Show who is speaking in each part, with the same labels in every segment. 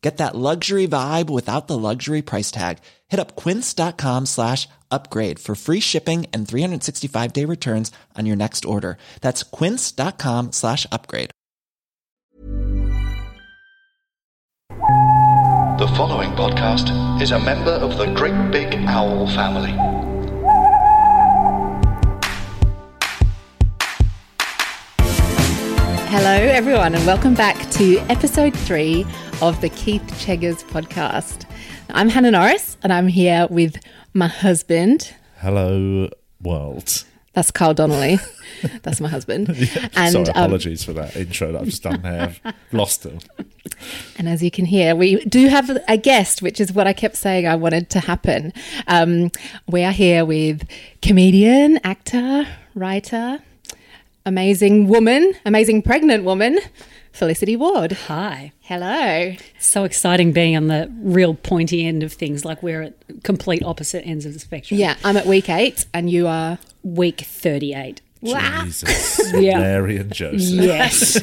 Speaker 1: Get that luxury vibe without the luxury price tag. Hit up quince.com slash upgrade for free shipping and 365 day returns on your next order. That's quince.com slash upgrade.
Speaker 2: The following podcast is a member of the Great Big Owl family.
Speaker 3: Hello, everyone, and welcome back to episode three of the Keith Cheggers podcast. I'm Hannah Norris, and I'm here with my husband.
Speaker 4: Hello, world.
Speaker 3: That's Carl Donnelly. That's my husband. and
Speaker 4: Sorry,
Speaker 3: um,
Speaker 4: apologies for that intro that I've just done there. I've lost it.
Speaker 3: And as you can hear, we do have a guest, which is what I kept saying I wanted to happen. Um, we are here with comedian, actor, writer, amazing woman, amazing pregnant woman, Felicity Ward.
Speaker 5: Hi.
Speaker 3: Hello.
Speaker 5: So exciting being on the real pointy end of things, like we're at complete opposite ends of the spectrum.
Speaker 3: Yeah, I'm at week eight, and you are.
Speaker 5: Week 38.
Speaker 3: Wow.
Speaker 4: Jesus,
Speaker 5: Yeah. Mm.
Speaker 4: Mary and Joseph.
Speaker 5: Yes,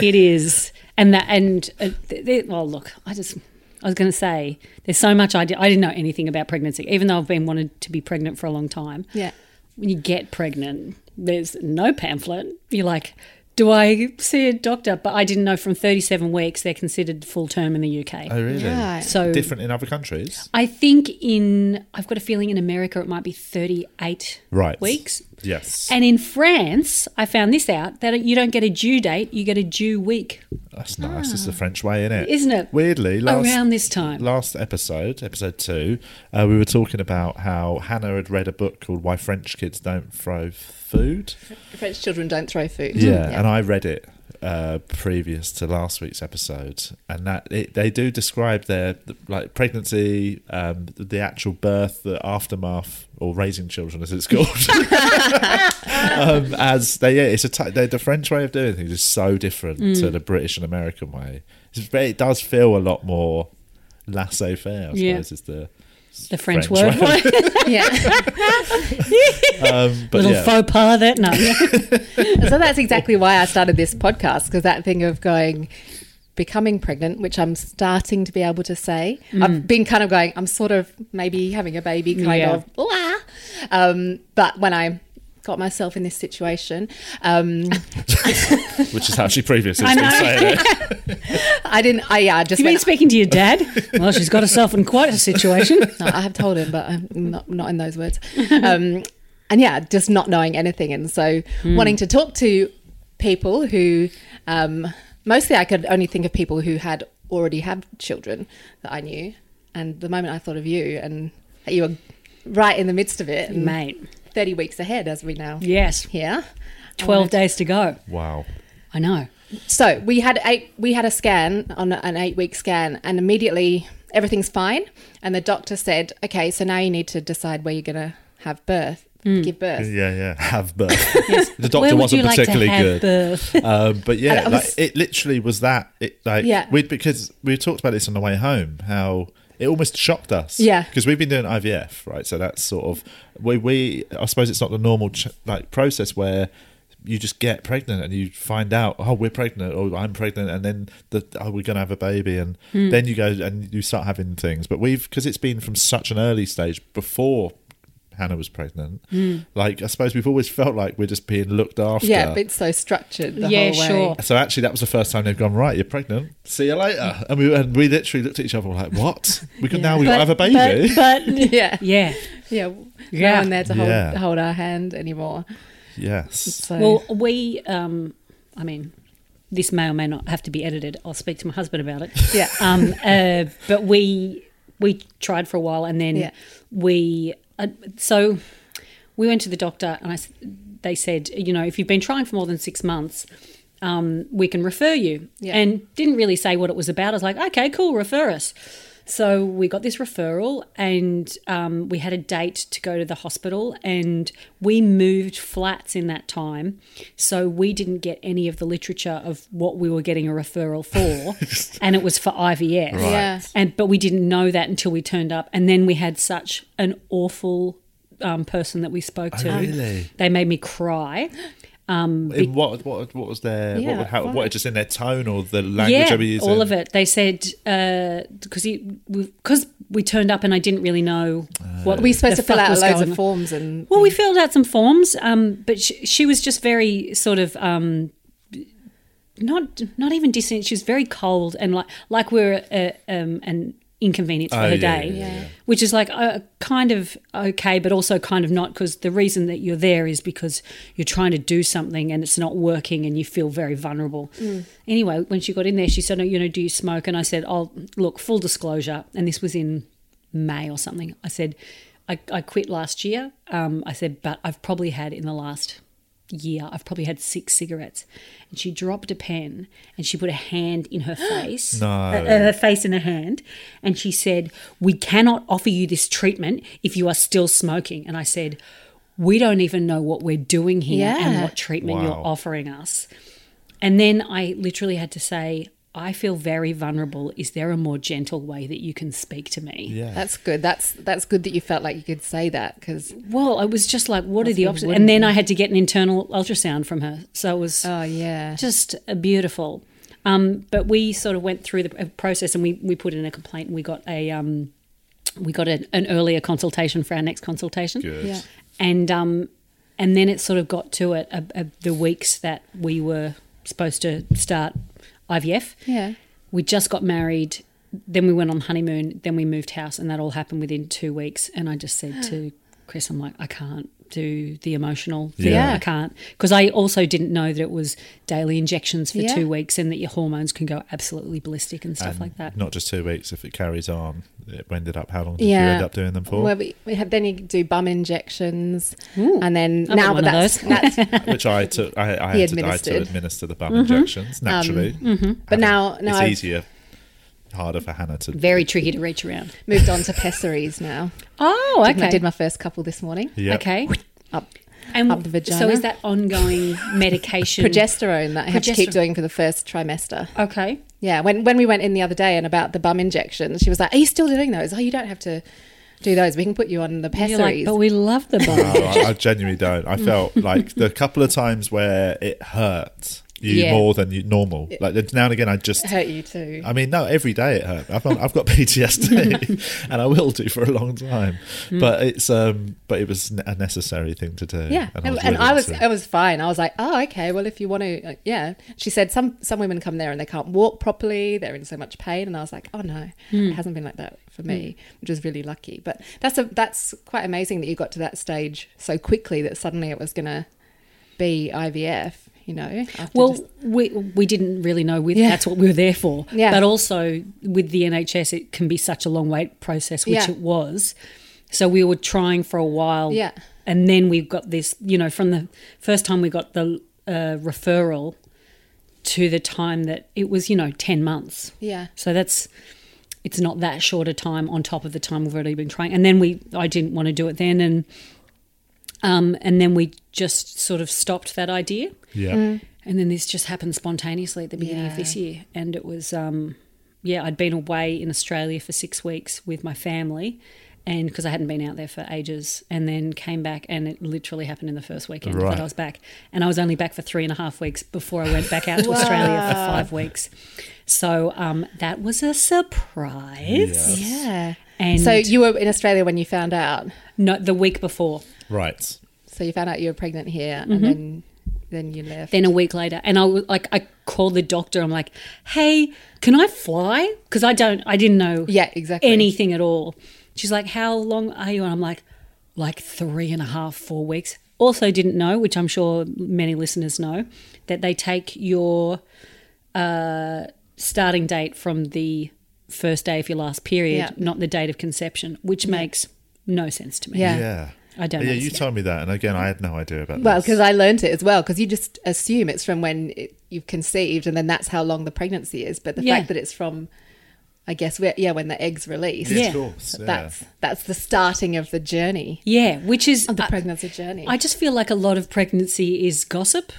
Speaker 5: it is. And that, and, uh, th- th- well, look, I just, I was going to say, there's so much I, di- I didn't know anything about pregnancy, even though I've been wanted to be pregnant for a long time.
Speaker 3: Yeah.
Speaker 5: When you get pregnant, there's no pamphlet. You're like, do I see a doctor? But I didn't know from 37 weeks they're considered full term in the UK.
Speaker 4: Oh, really?
Speaker 3: Right.
Speaker 5: so
Speaker 4: Different in other countries?
Speaker 5: I think in I've got a feeling in America it might be 38
Speaker 4: Right.
Speaker 5: weeks.
Speaker 4: Yes.
Speaker 5: And in France, I found this out that you don't get a due date, you get a due week,
Speaker 4: That's nice. It's the French way, isn't it?
Speaker 5: Ah. isn't it?
Speaker 4: Weirdly, last,
Speaker 5: around this time.
Speaker 4: last episode, episode two, uh, we were talking about how Hannah had read a book called Why French Kids Don't Throw Food.
Speaker 3: French children don't throw food.
Speaker 4: Yeah, and I read it uh, previous to last week's episode, and that it, they do describe their like pregnancy, um, the actual birth, the aftermath, or raising children as it's called. um, as they, yeah, it's a t- they, the French way of doing things is so different
Speaker 5: Mm.
Speaker 4: to the British and American way. It's, very- it does feel a lot more laissez-faire. I suppose
Speaker 5: Yeah.
Speaker 4: is the
Speaker 5: the French,
Speaker 4: French
Speaker 5: word.
Speaker 3: yeah.
Speaker 4: um, but
Speaker 5: Little
Speaker 4: yeah,
Speaker 5: faux pas that no.
Speaker 3: so that's exactly why I started this podcast because that thing of going becoming pregnant, which I'm starting to be able to say, I've been kind of going. I'm sort of maybe having a baby, kind
Speaker 5: Yeah.
Speaker 3: of. "Wah." Um, but when I got myself in this situation, um,
Speaker 4: which is how she previously
Speaker 5: I
Speaker 4: has been
Speaker 5: know.
Speaker 4: saying it.
Speaker 3: I didn't. I yeah, I just
Speaker 5: You've been
Speaker 3: went,
Speaker 5: speaking to your dad? Well, she's got herself in quite a situation.
Speaker 3: No, I have told him, but I'm not, not in those words. Um, and yeah, just not knowing anything. And so wanting to talk to people who, um, mostly I could only think of people who had already had children that I knew. And the moment I thought of you and that you were right in the midst of it, and
Speaker 5: Mate,
Speaker 3: 30 weeks ahead as we now
Speaker 5: yes.
Speaker 3: here.
Speaker 5: 12 days to go.
Speaker 4: Wow.
Speaker 5: I know.
Speaker 3: So we had eight. We had a scan on an eight-week scan, and immediately everything's fine. And the doctor said, "Okay, so now you need to decide where you're going to have birth,
Speaker 5: Mm.
Speaker 3: give birth."
Speaker 4: Yeah, yeah. Have birth. The doctor
Speaker 5: Where would
Speaker 4: wasn't
Speaker 5: you like
Speaker 4: particularly
Speaker 5: to have
Speaker 4: good.
Speaker 5: birth?
Speaker 4: um, but yeah,
Speaker 3: And I
Speaker 4: like,
Speaker 3: was-
Speaker 4: it literally was that. It like
Speaker 3: Yeah.
Speaker 4: we because we talked about this on the way home how it almost shocked us.
Speaker 3: Yeah.
Speaker 4: because we've been doing IVF, right? So that's sort of we we I suppose it's not the normal ch- like process where you just get pregnant and you find out oh we're pregnant or I'm pregnant and then the oh we're gonna have a baby and
Speaker 3: Hmm.
Speaker 4: then you go and you start having things. But we've because it's been from such an early stage before. Hannah was pregnant. Like I suppose we've always felt like we're just being looked after.
Speaker 3: Hmm. Yeah, but it's so structured. The
Speaker 5: Yeah,
Speaker 3: whole way.
Speaker 5: sure.
Speaker 4: So actually, that was the first time they've gone right. You're pregnant. See you later. And we and we literally looked at each other and were like, "What? We can now we gotta have a baby."
Speaker 5: But, but
Speaker 3: Yeah,
Speaker 5: yeah.
Speaker 3: yeah, No
Speaker 5: Yeah.
Speaker 3: one there to hold,
Speaker 4: Yeah.
Speaker 3: hold our hand anymore.
Speaker 4: yes.
Speaker 3: So
Speaker 5: Well, we, um, I mean, this may or may not have to be edited. I'll speak to my husband about it.
Speaker 3: Yeah.
Speaker 5: Um, uh, but we we tried for a while, and then
Speaker 3: Yeah.
Speaker 5: we uh, so we went to the doctor, and I s they said, you know, if you've been trying for more than six months. Um, we can refer you,
Speaker 3: Yeah.
Speaker 5: and didn't really say what it was about. I was like, okay, cool, refer us. So we got this referral, and um, we had a date to go to the hospital, and we moved flats in that time, so we didn't get any of the literature of what we were getting a referral for, and it was for IVF.
Speaker 3: Yeah.
Speaker 5: And but we didn't know that until we turned up, and then we had such an awful um, person that we spoke to.
Speaker 4: really?
Speaker 5: They made me cry.
Speaker 4: In what what what was their
Speaker 3: Yeah,
Speaker 4: what, how,
Speaker 3: why?
Speaker 4: what just in their tone or the language
Speaker 5: yeah,
Speaker 4: they were using?
Speaker 5: all of it. They said because uh, because we turned up and I didn't really know what
Speaker 3: Were you supposed
Speaker 5: the
Speaker 3: to fill
Speaker 5: fuck
Speaker 3: out
Speaker 5: was
Speaker 3: loads of
Speaker 5: going on.
Speaker 3: forms and
Speaker 5: Well, we filled out some forms, um, but she, she was just very sort of um, not not even distant. She was very cold and like like we are uh, um, an inconvenience for
Speaker 4: Oh,
Speaker 5: her
Speaker 4: yeah,
Speaker 5: day,
Speaker 4: yeah, yeah,
Speaker 5: which is like uh, kind of okay, but also kind of not because the reason that you're there is because you're trying to do something and it's not working and you feel very vulnerable. Anyway, when she got in there, she said, "Oh, "You know, do you smoke?" And I said, "Oh, look, full disclosure," and this was in May or something. I said, I, I quit last year. Um, I said, but I've probably had in the last year, I've probably had six cigarettes. And she dropped a pen and she put a hand in her face,
Speaker 4: No.
Speaker 5: uh, uh, her face in her hand. And she said, We cannot offer you this treatment if you are still smoking. And I said, We don't even know what we're doing here and
Speaker 3: Yeah.
Speaker 5: what treatment
Speaker 4: Wow.
Speaker 5: you're offering us. And then I literally had to say, I feel very vulnerable. Is there a more gentle way that you can speak to me?
Speaker 4: yeah.
Speaker 3: that's good. That's that's good that you felt like you could say that because
Speaker 5: Well, I was just like, what are the options? And then I had to get an internal ultrasound from her. So it was
Speaker 3: oh yeah,
Speaker 5: just uh, beautiful. Um, but we sort of went through the uh, process and we, we put in a complaint and we got a um, we got an, an earlier consultation for our next consultation.
Speaker 4: Good.
Speaker 3: yeah.
Speaker 5: And um, and then it sort of got to it uh, uh, the weeks that we were supposed to start IVF.
Speaker 3: Yeah.
Speaker 5: We just got married. Then we went on honeymoon. Then we moved house, and that all happened within two weeks. And I just said to Chris, "I'm like, I can't do the emotional thing.
Speaker 3: Yeah.
Speaker 5: I can't because I also didn't know that it was daily injections for
Speaker 3: Yeah.
Speaker 5: two weeks, and that your hormones can go absolutely ballistic and stuff like that.
Speaker 4: Not just two weeks. If it carries on, it ended up. How long did you
Speaker 3: Yeah.
Speaker 4: end up doing them for?
Speaker 3: Well, we, we have, then you do bum injections, and then
Speaker 5: I've
Speaker 3: now
Speaker 5: got
Speaker 3: but
Speaker 5: one of
Speaker 3: that's, that's
Speaker 4: Which I took. I, I
Speaker 3: He
Speaker 4: had to, I had to
Speaker 3: administered. Mm-hmm. Um,
Speaker 4: administer the bum injections naturally.
Speaker 3: but now
Speaker 4: it's
Speaker 3: now I've
Speaker 4: easier, harder for Hannah to.
Speaker 5: Very tricky to reach around.
Speaker 3: moved on to pessaries now.
Speaker 5: Oh,
Speaker 3: I
Speaker 5: okay.
Speaker 3: did my first couple this morning.
Speaker 4: Yep.
Speaker 5: Okay.
Speaker 3: Up
Speaker 5: And
Speaker 3: Up the vagina.
Speaker 5: So is that ongoing medication?
Speaker 3: progesterone that I have to keep
Speaker 5: Progester-
Speaker 3: doing for the first trimester.
Speaker 5: Okay.
Speaker 3: Yeah, when when we went in the other day and about the bum injections, she was like, "Are you still doing those? Oh, you don't have to do those. We can put you on the
Speaker 5: You're like,
Speaker 3: pessaries."
Speaker 5: but we love the
Speaker 4: No,
Speaker 5: bomb.
Speaker 4: Oh, I, I genuinely don't. I felt like the couple of times where it hurt you
Speaker 5: Yeah.
Speaker 4: more than you, normal. Like it's now and again, I just.
Speaker 3: It hurt you too.
Speaker 4: I mean, no, every day it hurt. I've got, I've got PTSD, and I will do for a long time.
Speaker 3: Hmm.
Speaker 4: But it's um, but it was a necessary thing to do.
Speaker 3: yeah, and, and
Speaker 4: willing
Speaker 3: I was
Speaker 4: to.
Speaker 3: I was fine. I was like, "Oh, okay. Well, if you want to, uh, yeah." She said some some women come there and they can't walk properly. They're in so much pain, and I was like, "Oh no, it hasn't been like that for me," which was really lucky. But that's a that's quite amazing that you got to that stage so quickly that suddenly it was gonna be IVF. You know, after
Speaker 5: Well,
Speaker 3: just-
Speaker 5: we we didn't really know with
Speaker 3: Yeah.
Speaker 5: that's what we were there for.
Speaker 3: Yeah.
Speaker 5: But also with the NHS, it can be such a long wait process, which
Speaker 3: Yeah.
Speaker 5: it was. So we were trying for a while.
Speaker 3: Yeah.
Speaker 5: And then we got this, you know, from the first time we got the uh, referral to the time that it was, you know, ten months.
Speaker 3: yeah.
Speaker 5: So that's it's not that short a time on top of the time we've already been trying. And then we I didn't want to do it then and um and then we just sort of stopped that idea.
Speaker 4: yeah.
Speaker 3: hmm.
Speaker 5: And then this just happened spontaneously at the beginning of
Speaker 3: Yeah.
Speaker 5: this year. And it was um yeah, I'd been away in Australia for 6 weeks with my family and because I hadn't been out there for ages and then came back and it literally happened in the first weekend
Speaker 4: Right.
Speaker 5: that I was back. And I was only back for three and a half weeks before I went back out to Australia for five weeks. So um, that was a surprise.
Speaker 3: Yeah.
Speaker 5: And
Speaker 3: so you were in Australia when you found out.
Speaker 5: no, the week before,
Speaker 4: Right.
Speaker 3: So you found out you were pregnant here, and then Mm-hmm. then you left.
Speaker 5: then a week later, and I was like, I called the doctor. I'm like, "Hey, can I fly? Because I don't, I didn't know,
Speaker 3: Yeah, exactly.
Speaker 5: anything at all." She's like, "How long are you?" And I'm like, "Like three and a half, four weeks." Also, didn't know, which I'm sure many listeners know, that they take your uh, starting date from the first day of your last period,
Speaker 3: Yeah.
Speaker 5: not the date of conception, which makes no sense to me.
Speaker 3: Yeah.
Speaker 4: Yeah.
Speaker 5: I don't
Speaker 4: Yeah, you
Speaker 5: understand.
Speaker 4: told me that, and again, I had no idea about
Speaker 3: well,
Speaker 4: this.
Speaker 3: because I learnt it as well. Because you just assume it's from when it, you've conceived, and then that's how long the pregnancy is. But the
Speaker 5: Yeah.
Speaker 3: fact that it's from I guess, where, yeah, when the eggs release.
Speaker 5: Yeah.
Speaker 4: Of course. Yeah.
Speaker 3: That's that's the starting of the journey,
Speaker 5: Yeah, which is
Speaker 3: of the
Speaker 5: I-
Speaker 3: pregnancy journey.
Speaker 5: I just feel like a lot of pregnancy is gossip.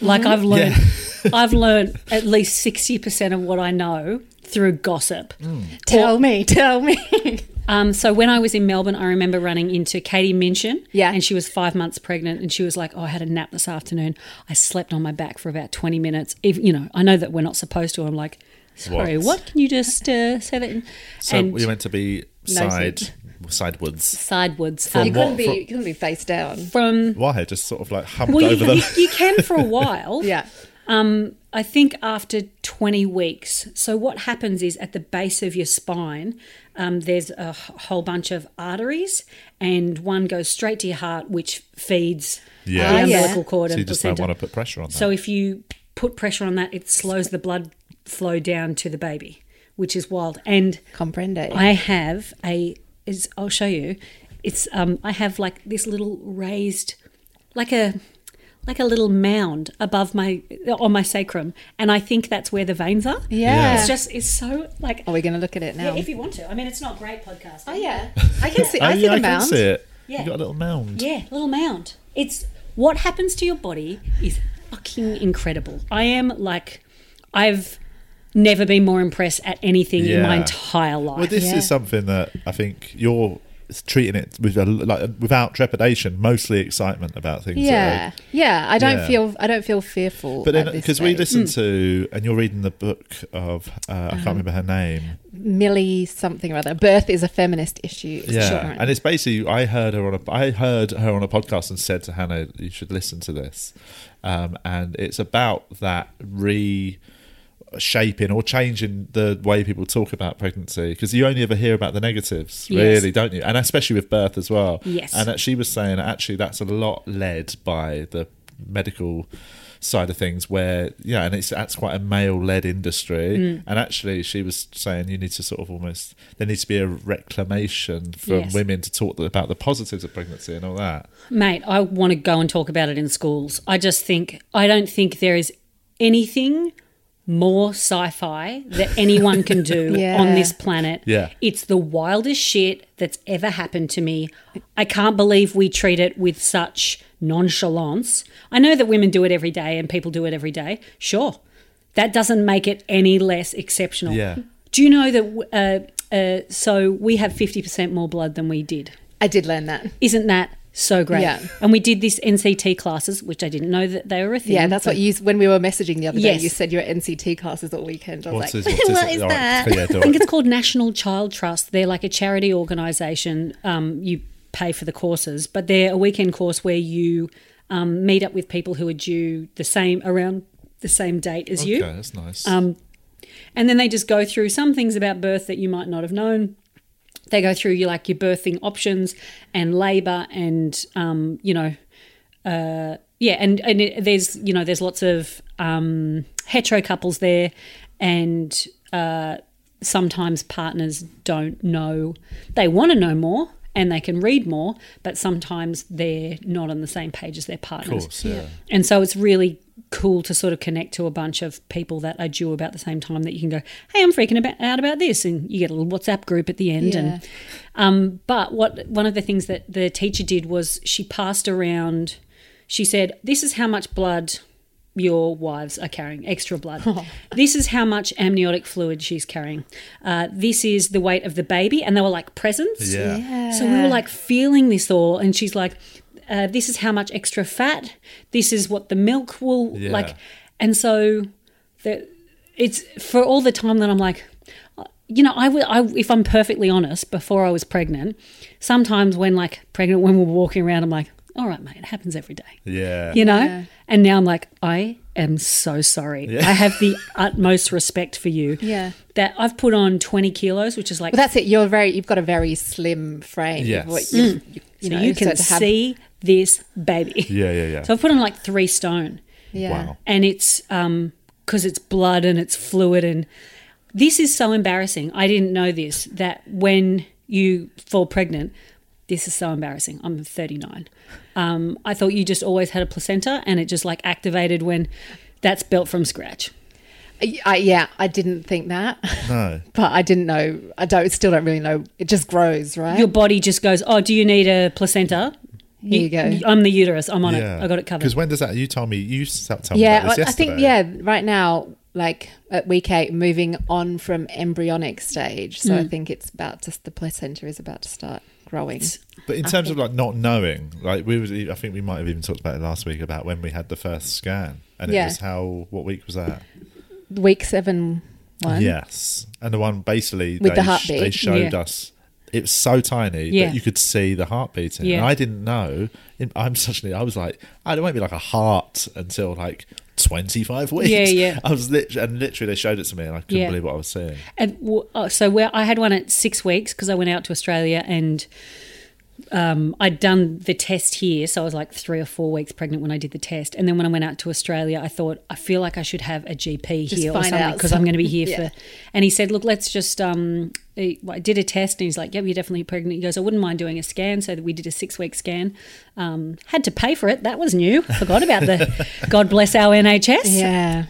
Speaker 5: Like I've learned, I've learned at least sixty percent of what I know through gossip.
Speaker 3: tell me, tell me.
Speaker 5: Um, so when I was in Melbourne, I remember running into Katie Minchin.
Speaker 3: Yeah.
Speaker 5: And she was five months pregnant and she was like, Oh, I had a nap this afternoon. I slept on my back for about 20 minutes. If, you know, I know that we're not supposed to. I'm like, Sorry,
Speaker 4: What?
Speaker 5: what? Can you just uh, say that? In?
Speaker 4: So
Speaker 5: and
Speaker 4: we meant to be
Speaker 3: No
Speaker 4: side sidewards.
Speaker 5: sidewards.
Speaker 4: From
Speaker 3: you couldn't
Speaker 4: what-
Speaker 3: be
Speaker 4: from-
Speaker 3: you couldn't be face down.
Speaker 5: from
Speaker 4: Why? Just sort of like humped
Speaker 5: well,
Speaker 4: over
Speaker 5: you,
Speaker 4: them.
Speaker 5: you, you can for a while.
Speaker 3: Yeah.
Speaker 5: I think after 20 weeks. So, what happens is at the base of your spine, um, there's a h- whole bunch of arteries, and one goes straight to your heart, which feeds
Speaker 4: Yeah.
Speaker 5: the
Speaker 4: Ah,
Speaker 3: yeah.
Speaker 5: umbilical cord
Speaker 4: so
Speaker 5: and
Speaker 4: you just don't
Speaker 5: placenta.
Speaker 4: want to put pressure on that.
Speaker 5: So, if you put pressure on that, it slows the blood flow down to the baby, which is wild. And
Speaker 3: Comprende.
Speaker 5: I have a is I'll show you. It's um I have like this little raised like a like a little mound above my on my sacrum and I think that's where the veins are.
Speaker 3: yeah.
Speaker 5: It's just it's so like
Speaker 3: Are we going to look at it now?
Speaker 5: yeah, if you want to. I mean it's not great podcast.
Speaker 3: oh yeah, I can see.
Speaker 4: oh,
Speaker 3: I see
Speaker 4: yeah,
Speaker 3: the
Speaker 4: I can
Speaker 3: mound.
Speaker 4: see it.
Speaker 5: Yeah.
Speaker 4: You got a little mound.
Speaker 5: Yeah, little mound. It's what happens to your body is fucking incredible. I am like I've never been more impressed at anything in my
Speaker 4: Yeah.
Speaker 5: entire life.
Speaker 4: Well, this
Speaker 3: Yeah.
Speaker 4: is something that I think you're treating it with a, like without trepidation, mostly excitement about things. that
Speaker 3: Yeah, yeah. I don't
Speaker 4: Yeah.
Speaker 3: feel I don't feel fearful.
Speaker 4: But then, because
Speaker 3: because
Speaker 4: we listen
Speaker 5: Mm.
Speaker 4: to, and you're reading the book of, uh, I
Speaker 5: Uh-huh.
Speaker 4: can't remember her name.
Speaker 3: Millie something or other. Birth is a feminist issue. It's
Speaker 4: Yeah,
Speaker 3: children.
Speaker 4: and it's basically I heard her on a I heard her on a podcast and said to Hannah, you should listen to this, um, and it's about that re shaping or changing the way people talk about pregnancy because you only ever hear about the negatives
Speaker 5: Yes.
Speaker 4: really don't you and especially with birth as well
Speaker 5: Yes.
Speaker 4: and that she was saying actually that's a lot led by the medical side of things where yeah and it's that's quite a male led industry and actually she was saying you need to sort of almost there needs to be a reclamation from
Speaker 5: Yes.
Speaker 4: women to talk about the positives of pregnancy and all that
Speaker 5: Mate, I want to go and talk about it in schools. I just think, I don't think there is anything more sci fi that anyone can do
Speaker 3: Yeah.
Speaker 5: on this planet.
Speaker 4: Yeah.
Speaker 5: It's the wildest shit that's ever happened to me. I can't believe we treat it with such nonchalance. I know that women do it every day and people do it every day. Sure. That doesn't make it any less exceptional.
Speaker 4: Yeah.
Speaker 5: Do you know that? Uh, uh, so we have 50% more blood than we did
Speaker 3: I did learn that.
Speaker 5: isn't that so great?
Speaker 3: Yeah.
Speaker 5: And we did this NCT classes, which I didn't know that they were a thing.
Speaker 3: Yeah, that's what you when we were messaging the other day.
Speaker 5: Yes.
Speaker 3: You said you were at NCT classes all weekend. I was
Speaker 4: What
Speaker 3: like,
Speaker 4: is- what is
Speaker 3: what
Speaker 4: it?
Speaker 3: is
Speaker 4: All right,
Speaker 3: that?
Speaker 4: yeah, do
Speaker 5: I think
Speaker 4: it.
Speaker 5: it's called National Child Trust. They're like a charity organisation. Um, you pay for the courses, but they're a weekend course where you um, meet up with people who are due the same around the same date as you.
Speaker 4: okay that's nice um
Speaker 5: And then they just go through some things about birth that you might not have known. They go through your like your birthing options and labour and um, you know, uh, yeah, and and it, there's you know there's lots of um, hetero couples there, and uh, sometimes partners don't know they want to know more and they can read more, but sometimes they're not on the same page as their partners.
Speaker 4: of course yeah.
Speaker 5: And so it's really cool to sort of connect to a bunch of people that are due about the same time that you can go, hey, I'm freaking about, out about this. And you get a little WhatsApp group at the end.
Speaker 3: Yeah.
Speaker 5: And um, But what one of the things that the teacher did was she passed around, she said, this is how much blood your wives are carrying, extra blood. this is how much amniotic fluid she's carrying. Uh, this is the weight of the baby. And they were like presents.
Speaker 4: yeah
Speaker 5: So we were like feeling this all, and she's like, uh, "This is how much extra fat. This is what the milk will
Speaker 4: Yeah.
Speaker 5: like." And so, the, it's for all the time that I'm like, uh, you know, I, w- I if I'm perfectly honest, before I was pregnant, sometimes when like pregnant when we're walking around, I'm like, "All right, mate, it happens every day."
Speaker 4: yeah
Speaker 5: you know? And now I'm like, I am so sorry. I have the utmost respect for you.
Speaker 3: Yeah.
Speaker 5: That I've put on 20 kilos, which is like
Speaker 3: Well, that's it. You're very. You've got a very slim frame.
Speaker 4: Yes.
Speaker 3: What you, you, you
Speaker 5: Mm. So
Speaker 3: know,
Speaker 5: you can
Speaker 3: to have-
Speaker 5: see this baby.
Speaker 4: Yeah, yeah, yeah.
Speaker 5: So I've put on like three stone,
Speaker 3: Yeah.
Speaker 4: Wow.
Speaker 5: and it's um because it's blood and it's fluid, and this is so embarrassing. I didn't know this that when you fall pregnant, this is so embarrassing. I'm 39. Um, I thought you just always had a placenta, and it just like activated when that's built from scratch.
Speaker 3: I, yeah, I didn't think that,
Speaker 4: No.
Speaker 3: but I didn't know. I don't still don't really know. It just grows, right?
Speaker 5: Your body just goes, oh, do you need a placenta?
Speaker 3: Here you go.
Speaker 5: I'm the uterus. I'm on
Speaker 4: Yeah.
Speaker 5: it. I got it covered.
Speaker 4: Because when does that? You told me. You s- told me.
Speaker 3: yeah,
Speaker 4: about this
Speaker 3: I, I think
Speaker 4: yesterday.
Speaker 3: yeah. Right now, like at week eight, moving on from embryonic stage, so I
Speaker 5: Mm.
Speaker 3: think it's about just the placenta is about to start growing.
Speaker 4: But in terms of like not knowing, like we was, e, I think we might have even talked about it last week about when we had the first scan, and it
Speaker 3: Yeah.
Speaker 4: was how what week was that?
Speaker 3: Week seven, one.
Speaker 4: Yes, and the one basically
Speaker 3: With
Speaker 4: they,
Speaker 3: the
Speaker 4: sh-
Speaker 3: heartbeat.
Speaker 4: they showed
Speaker 5: Yeah.
Speaker 4: us. It was so tiny
Speaker 5: Yeah.
Speaker 4: that you could see the heart beating.
Speaker 5: Yeah.
Speaker 4: And I didn't know. In- I'm such an. I was like, I it won't be like a heart until like 25 weeks.
Speaker 5: Yeah, yeah.
Speaker 4: I was literally and literally they showed it to me, and I couldn't
Speaker 5: Yeah.
Speaker 4: believe what I was seeing.
Speaker 5: And w- oh, so where I had one at six weeks because I went out to Australia and um, I'd done the test here, so I was like three or four weeks pregnant when I did the test. And then when I went out to Australia, I thought I feel like I should have a GP
Speaker 3: Just
Speaker 5: here or
Speaker 3: find
Speaker 5: something
Speaker 3: out
Speaker 5: because I'm going to be
Speaker 3: something.
Speaker 5: here
Speaker 3: Yeah.
Speaker 5: for. And he said, "Look, let's just." Um, he- well, I did a test, and he's like, "Yep, you're definitely pregnant." He goes, "I wouldn't mind doing a scan," so we did a six week scan. Um, had to pay for it. That was new. Forgot about the. God bless our NHS.
Speaker 3: Yeah.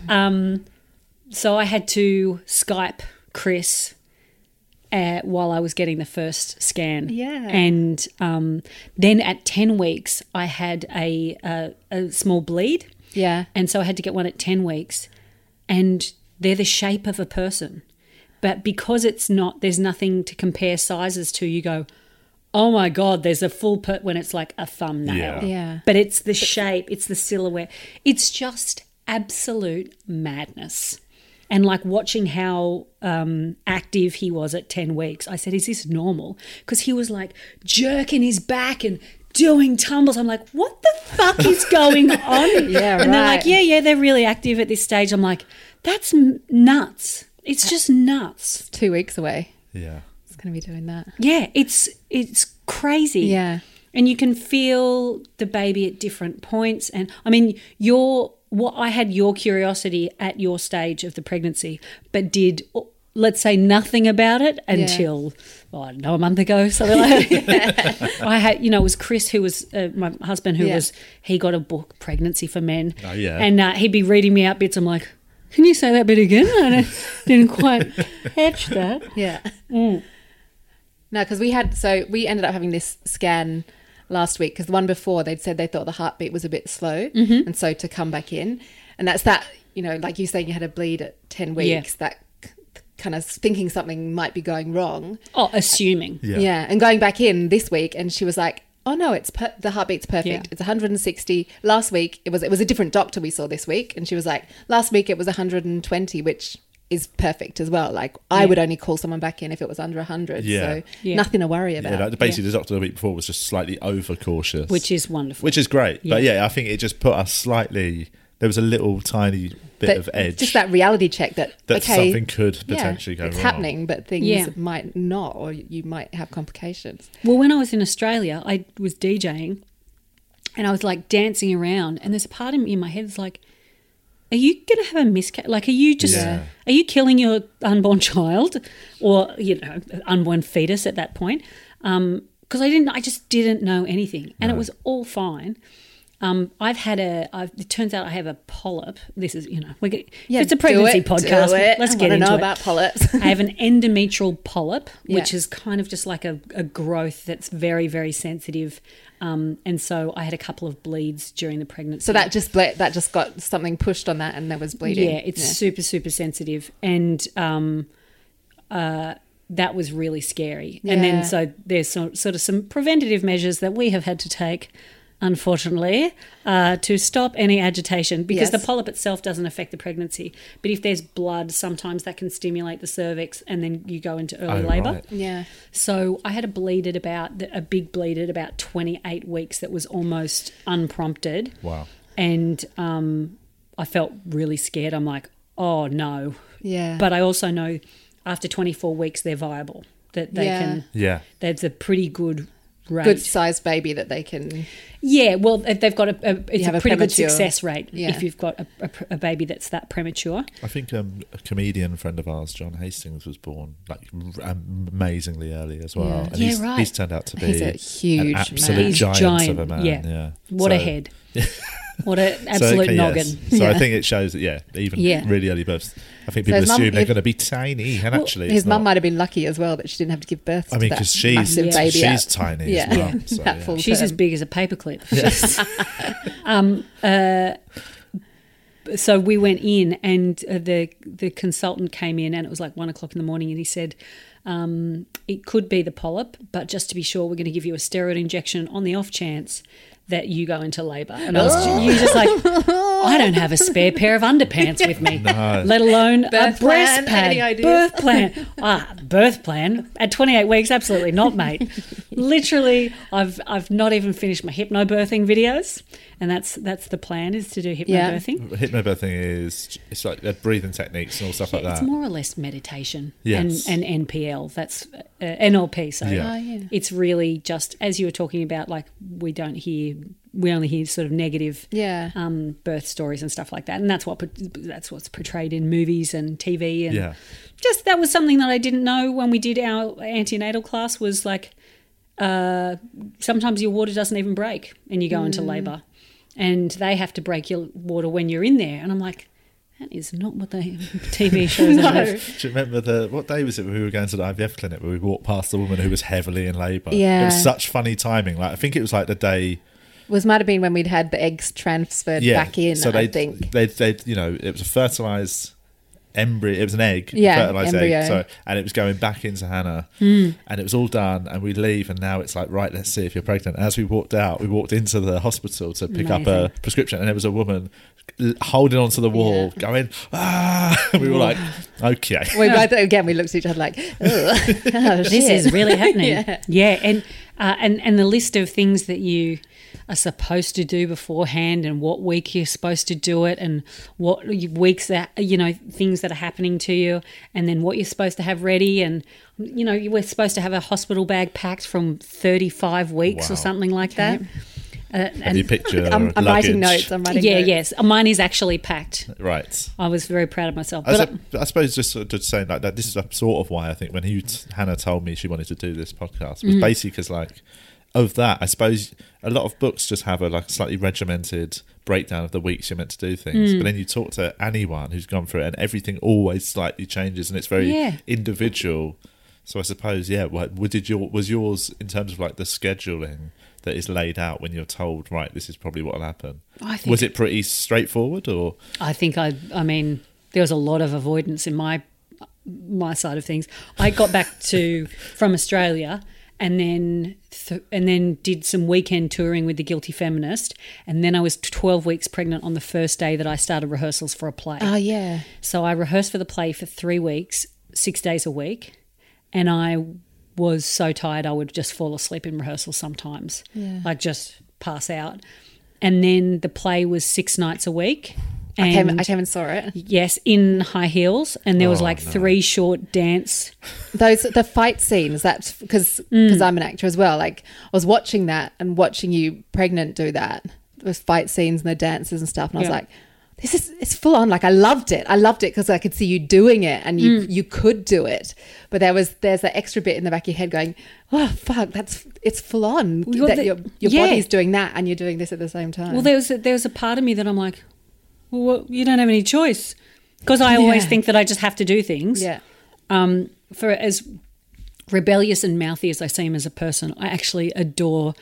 Speaker 5: So I had to Skype Chris uh, while I was getting the first scan.
Speaker 3: Yeah.
Speaker 5: And um, then at 10 weeks, I had a, a, a small bleed.
Speaker 3: yeah.
Speaker 5: And so I had to get one at 10 weeks. And they're the shape of a person. But because it's not, there's nothing to compare sizes to, you go, oh my God, there's a full put when it's like a thumbnail.
Speaker 4: Yeah.
Speaker 3: Yeah.
Speaker 5: But it's the shape, it's the silhouette. It's just absolute madness. And like watching how um, active he was at 10 weeks, I said, Is this normal? Because he was like jerking his back and doing tumbles. I'm like, What the fuck is going on?
Speaker 3: Yeah,
Speaker 5: And they're
Speaker 3: right.
Speaker 5: like, Yeah, yeah, they're really active at this stage. I'm like, That's m- nuts.
Speaker 3: Uh,
Speaker 5: It's just nuts.
Speaker 3: Two weeks away.
Speaker 4: Yeah.
Speaker 3: It's going to be doing that.
Speaker 5: Yeah, it's it's crazy.
Speaker 3: Yeah.
Speaker 5: And you can feel the baby at different points. And I mean, your what I had your curiosity at your stage of the pregnancy, but did let's say nothing about it until oh, I don't know a month ago. Something like that. I had, you know, it was Chris who was uh, my husband who
Speaker 3: Yeah.
Speaker 5: was he got a book, Pregnancy for Men.
Speaker 4: Oh, yeah.
Speaker 5: and uh, he'd be reading me out bits. I'm like. Can you say that bit again? I don't- didn't quite catch that.
Speaker 3: Yeah. Mm. No, because we had so we ended up having this scan last week because the one before they'd said they thought the heartbeat was a bit slow, and so to come back in, and that's that. You know, like you saying you had a bleed at ten
Speaker 5: Yeah.
Speaker 3: weeks, that c- kind of thinking something might be going wrong.
Speaker 5: Oh, assuming.
Speaker 4: Yeah.
Speaker 3: Yeah. and going back in this week, and she was like, "Oh no, it's per- the heartbeat's perfect.
Speaker 5: Yeah.
Speaker 3: It's 160." Last week it was it was a different doctor we saw this week, and she was like, "Last week it was 120, which is perfect as well. Like I would only call someone back in if it was under 100,
Speaker 4: Yeah.
Speaker 3: so
Speaker 5: Yeah.
Speaker 3: nothing to worry
Speaker 4: Yeah,
Speaker 3: about."
Speaker 4: like basically, the doctor the week before was just slightly overcautious,
Speaker 5: Which is wonderful.
Speaker 4: which is great. But
Speaker 5: Yeah.
Speaker 4: yeah, I think it just put us slightly. There was a little tiny bit
Speaker 3: But
Speaker 4: of edge.
Speaker 3: Just that reality check that,
Speaker 4: that
Speaker 3: okay,
Speaker 4: something could
Speaker 3: yeah,
Speaker 4: potentially go
Speaker 3: it's
Speaker 4: wrong.
Speaker 3: happening, but things
Speaker 5: Yeah.
Speaker 3: might not, or you might have complications.
Speaker 5: Well, when I was in Australia, I was DJing and I was like dancing around, and there's a part of me in my head that's like, are you going to have a miscarriage? Like, are you just,
Speaker 4: Yeah.
Speaker 5: are you killing your unborn child or, you know, unborn fetus at that point? Because I didn't, I just didn't know anything, and it was all fine. Um, I've had a. I've, it turns out I have a polyp. This is, you know, we're get, yeah, it's a
Speaker 3: do
Speaker 5: pregnancy
Speaker 3: it, do
Speaker 5: podcast.
Speaker 3: it.
Speaker 5: Let's
Speaker 3: I
Speaker 5: get
Speaker 3: wanna
Speaker 5: into
Speaker 3: know
Speaker 5: it.
Speaker 3: about polyps.
Speaker 5: I have an endometrial polyp, which
Speaker 3: Yeah.
Speaker 5: is kind of just like a, a growth that's very, very sensitive. Um, and so I had a couple of bleeds during the pregnancy.
Speaker 3: So that just ble- that just got something pushed on that, and there was bleeding.
Speaker 5: Yeah, it's super, super sensitive. And um, uh, that was really scary. And
Speaker 3: Yeah.
Speaker 5: then, so there's so, sort of some preventative measures that we have had to take, unfortunately, uh, to stop any agitation because
Speaker 3: Yes.
Speaker 5: the polyp itself doesn't affect the pregnancy. But if there's blood, sometimes that can stimulate the cervix and then you go into early
Speaker 4: Oh,
Speaker 5: labor.
Speaker 4: right.
Speaker 3: yeah.
Speaker 5: So I had a bleed at about a big bleed at about 28 weeks that was almost unprompted.
Speaker 4: Wow.
Speaker 5: And um, I felt really scared. I'm like, oh no.
Speaker 3: Yeah.
Speaker 5: But I also know after 24 weeks they're viable. That they
Speaker 3: Yeah.
Speaker 5: can.
Speaker 4: Yeah.
Speaker 5: That's a pretty good rate.
Speaker 3: good sized baby that they can.
Speaker 5: Yeah, well, they've got a, a it's
Speaker 3: have
Speaker 5: a
Speaker 3: a
Speaker 5: pretty good
Speaker 3: premature-
Speaker 5: success rate
Speaker 3: Yeah.
Speaker 5: if you've got a, a, pr- a baby that's that premature.
Speaker 4: I think um, a comedian friend of ours, John Hastings, was born like r- am- amazingly early as well.
Speaker 3: Yeah.
Speaker 4: And
Speaker 5: Yeah,
Speaker 4: he's,
Speaker 5: right.
Speaker 4: he's turned out to be
Speaker 3: He's a huge
Speaker 4: an absolute
Speaker 3: man.
Speaker 5: He's
Speaker 4: giant,
Speaker 5: giant,
Speaker 4: of a man. Yeah.
Speaker 5: What a
Speaker 4: So-
Speaker 5: head! What an
Speaker 4: So,
Speaker 5: absolute
Speaker 4: okay,
Speaker 5: noggin.
Speaker 4: yes. So I think it shows that yeah, even
Speaker 5: Yeah.
Speaker 4: really early births. I think people
Speaker 3: his mum-
Speaker 4: assume they're
Speaker 3: if-
Speaker 4: going to be tiny, and actually, it's
Speaker 3: his mum
Speaker 4: not.
Speaker 3: might have been lucky as well that she didn't have to give birth.
Speaker 4: I mean,
Speaker 3: to that
Speaker 4: because she's
Speaker 3: massive baby
Speaker 4: she's
Speaker 3: at-
Speaker 4: tiny
Speaker 3: yeah,
Speaker 4: as well. So,
Speaker 3: at
Speaker 4: yeah.
Speaker 3: full
Speaker 5: She's
Speaker 3: term.
Speaker 5: as big as a paperclip. um, uh, so we went in, and uh, the the consultant came in, and it was like one o'clock in the morning, and he said. Um, it could be the polyp, but just to be sure, we're going to give you a steroid injection on the off chance that you go into labour. And I was ju- you just like, I don't have a spare pair of underpants with me, let alone a
Speaker 3: Birth
Speaker 5: breast
Speaker 3: plan,
Speaker 5: pad.
Speaker 3: any ideas?
Speaker 5: Birth plan. Ah, birth plan at 28 weeks? Absolutely not, mate. Literally, I've I've not even finished my hypnobirthing videos, and that's that's the plan is to do
Speaker 3: Yeah.
Speaker 5: hypnobirthing.
Speaker 4: Hypnobirthing is it's like their breathing techniques and all stuff like
Speaker 5: It's
Speaker 4: that.
Speaker 5: more or less meditation
Speaker 4: Yes.
Speaker 5: and, and NPL. That's uh, NLP. Sorry,
Speaker 4: Yeah. Oh,
Speaker 3: yeah.
Speaker 5: it's really just as you were talking about. Like we don't hear, we only hear sort of negative
Speaker 3: yeah.
Speaker 5: um, birth stories and stuff like that, and that's what put- that's what's portrayed in movies and TV. And
Speaker 4: Yeah.
Speaker 5: just that was something that I didn't know when we did our antenatal class was like uh, sometimes your water doesn't even break and you go into labour, and they have to break your water when you're in there, and I'm like. That is not what the TV shows are about.
Speaker 4: Do you remember the what day was it when we were going to the IVF clinic where we walked past the woman who was heavily in labour? it
Speaker 3: Yeah.
Speaker 4: was such funny timing. Like I think it was like the day.
Speaker 3: was might have been when we'd had the eggs transferred
Speaker 4: Yeah,
Speaker 3: back in.
Speaker 4: So
Speaker 3: I
Speaker 4: they
Speaker 3: think.
Speaker 4: they they you know it was a fertilized embryo. It was an egg, a
Speaker 3: Yeah,
Speaker 4: fertilized
Speaker 3: embryo. Hmm.
Speaker 4: egg. So and it was going back into Hannah, and it was all done. And we leave, and now it's like right, let's see if you're pregnant. And as we walked out, we walked into the hospital to pick up
Speaker 5: Amazing.
Speaker 4: a prescription, and there was a woman l- holding onto the wall, going ah. we were like, okay.
Speaker 3: We both again we looked at each other like, "Ugh." oh,
Speaker 5: This is really happening.
Speaker 3: Yeah.
Speaker 5: yeah. and uh, and and the list of things that you are supposed to do beforehand, and what week you're supposed to do it, and what weeks that you know things that are happening to you, and then what you're supposed to have ready, and you know you we're supposed to have a hospital bag packed from 35 weeks
Speaker 4: Wow.
Speaker 5: or something like that. Uh,
Speaker 4: Have you
Speaker 5: and
Speaker 4: picked your
Speaker 3: I'm, I'm writing
Speaker 4: luggage?
Speaker 3: notes. I'm writing.
Speaker 5: yeah,
Speaker 3: notes.
Speaker 5: yes, mine is actually packed.
Speaker 4: Right.
Speaker 5: I was very proud of myself.
Speaker 4: I,
Speaker 5: But
Speaker 4: sup- I suppose just sort of saying like that. This is a sort of why I think when he, Hannah told me she wanted to do this podcast
Speaker 5: Mm.
Speaker 4: was basically because like of that. I suppose a lot of books just have a like slightly regimented breakdown of the weeks you're meant to do things,
Speaker 5: Mm.
Speaker 4: but then you talk to anyone who's gone through it, and everything always slightly changes, and it's very
Speaker 5: Yeah.
Speaker 4: individual. So I suppose yeah. What, what did your was yours in terms of like the scheduling? That is laid out when you're told, right? This is probably what will happen.
Speaker 5: I think-
Speaker 4: was it pretty straightforward, or
Speaker 5: I think I I mean there was a lot of avoidance in my my side of things. I got back to from Australia and then th- and then did some weekend touring with the Guilty Feminist and then I was 12 weeks pregnant on the first day that I started rehearsals for a play.
Speaker 3: Oh yeah.
Speaker 5: So I rehearsed for the play for 3 weeks, 6 days a week, and I was so tired I would just fall asleep in rehearsal sometimes.
Speaker 3: Yeah.
Speaker 5: Like just pass out. And then the play was 6 nights a week.
Speaker 3: I
Speaker 5: And
Speaker 3: came, I came and saw it.
Speaker 5: Yes, in high heels, and there was like three short dance.
Speaker 3: Those the fight scenes. That's because
Speaker 5: Mm.
Speaker 3: because I'm an actor as well. Like I was watching that and watching you pregnant do that. Those fight scenes and the dances and stuff. And I
Speaker 5: Yeah.
Speaker 3: was like, this is it's full on. Like I loved it. I loved it because I could see you doing it and you
Speaker 5: Mm.
Speaker 3: you could do it. But there was there's that extra bit in the back of your head going, oh fuck, that's it's full on.
Speaker 5: Well,
Speaker 3: that
Speaker 5: the-
Speaker 3: your your
Speaker 5: yeah.
Speaker 3: body's doing that and you're doing this at the same time.
Speaker 5: Well, there was a, there was a part of me that I'm like, well, what, you don't have any choice, because I always
Speaker 3: Yeah.
Speaker 5: think that I just have to do things.
Speaker 3: yeah.
Speaker 5: Um, for as rebellious and mouthy as I seem as a person, I actually adore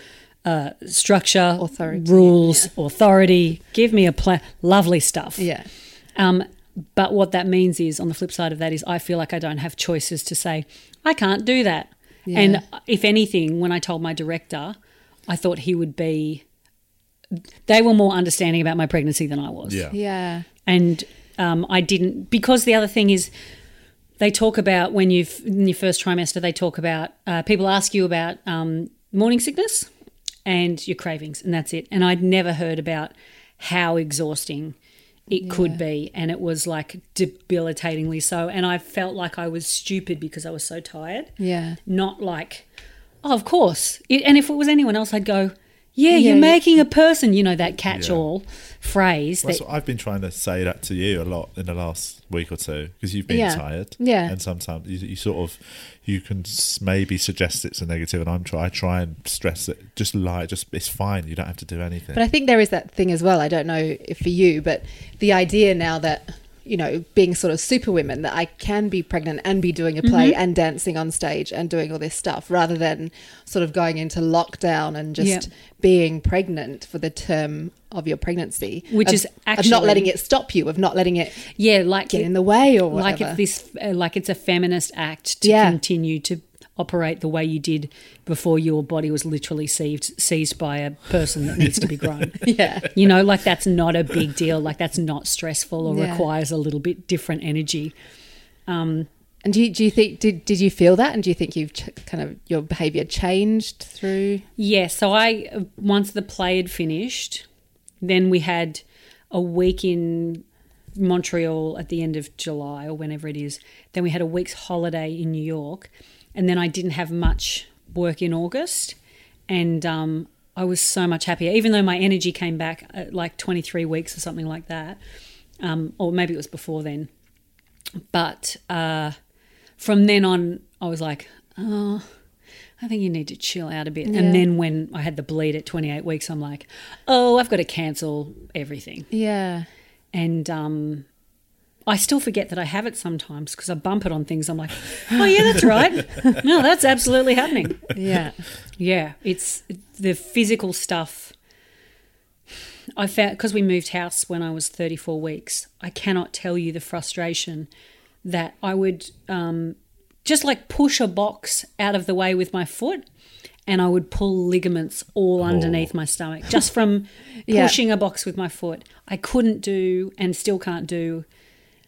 Speaker 5: uh, structure,
Speaker 3: Authority,
Speaker 5: rules, authority. Give me a plan. Lovely stuff.
Speaker 3: Yeah.
Speaker 5: Um, but what that means is, on the flip side of that, is I feel like I don't have choices to say, I can't do that.
Speaker 3: Yeah.
Speaker 5: And if anything, when I told my director, I thought he would be, they were more understanding about my pregnancy than I was.
Speaker 4: yeah,
Speaker 3: Yeah.
Speaker 5: And um, I didn't, because the other thing is, they talk about when you've, in your first trimester, they talk about, uh, people ask you about um, morning sickness and your cravings, and that's it. And I'd never heard about how exhausting it could be. And it was like debilitatingly so. And I felt like I was stupid because I was so tired.
Speaker 3: Yeah.
Speaker 5: Not like, oh, of course. It, and if it was anyone else, I'd go, Yeah,
Speaker 3: Yeah,
Speaker 5: you're
Speaker 3: yeah.
Speaker 5: making a person, you know, that catch all phrase
Speaker 4: Well, that's
Speaker 5: that
Speaker 4: what I've been trying to say that to you a lot in the last week or two because you've been
Speaker 3: Yeah.
Speaker 4: tired.
Speaker 3: Yeah.
Speaker 4: And sometimes you, you sort of you can s- maybe suggest it's a negative, and I'm try I try and stress it. Just lie. Just it's fine. You don't have to do anything.
Speaker 3: But I think there is that thing as well. I don't know if for you, but the idea now that you know, being sort of superwomen, that I can be pregnant and be doing a
Speaker 5: Mm-hmm.
Speaker 3: play and dancing on stage and doing all this stuff, rather than sort of going into lockdown and just
Speaker 5: Yeah.
Speaker 3: being pregnant for the term of your pregnancy,
Speaker 5: Which
Speaker 3: of-
Speaker 5: is
Speaker 3: of not
Speaker 5: actually-
Speaker 3: letting it stop you, of not letting it
Speaker 5: yeah, like
Speaker 3: get in the way or
Speaker 5: like
Speaker 3: whatever.
Speaker 5: it's this uh, like it's a feminist act to
Speaker 3: Yeah.
Speaker 5: continue to operate the way you did before your body was literally seized seized by a person that needs to be grown.
Speaker 3: yeah,
Speaker 5: You know, like that's not a big deal. Like that's not stressful or
Speaker 3: Yeah.
Speaker 5: requires a little bit different energy.
Speaker 3: and do you, do you think did did you feel that, and do you think you've ch- kind of your behaviour changed through?
Speaker 5: Yeah, so I once the play had finished, then we had a week in Montreal at the end of July or whenever it is. Then we had a week's holiday in New York, and then I didn't have much work in August, and um, I was so much happier. Even though my energy came back at like twenty three weeks or something like that, um, or maybe it was before then. But uh, from then on, I was like, oh, I think you need to chill out a bit.
Speaker 3: Yeah.
Speaker 5: And then when I had the bleed at 28 weeks, I'm like, oh, I've got to cancel everything.
Speaker 3: Yeah,
Speaker 5: And um, I still forget that I have it sometimes because I bump it on things. I'm like, oh, yeah, that's right. no, that's absolutely happening.
Speaker 3: yeah,
Speaker 5: Yeah, it's the physical stuff. I found because we moved house when I was 34 weeks. I cannot tell you the frustration that I would um, just like push a box out of the way with my foot, and I would pull ligaments all underneath my stomach just from
Speaker 3: Yeah.
Speaker 5: pushing a box with my foot. I couldn't do and still can't do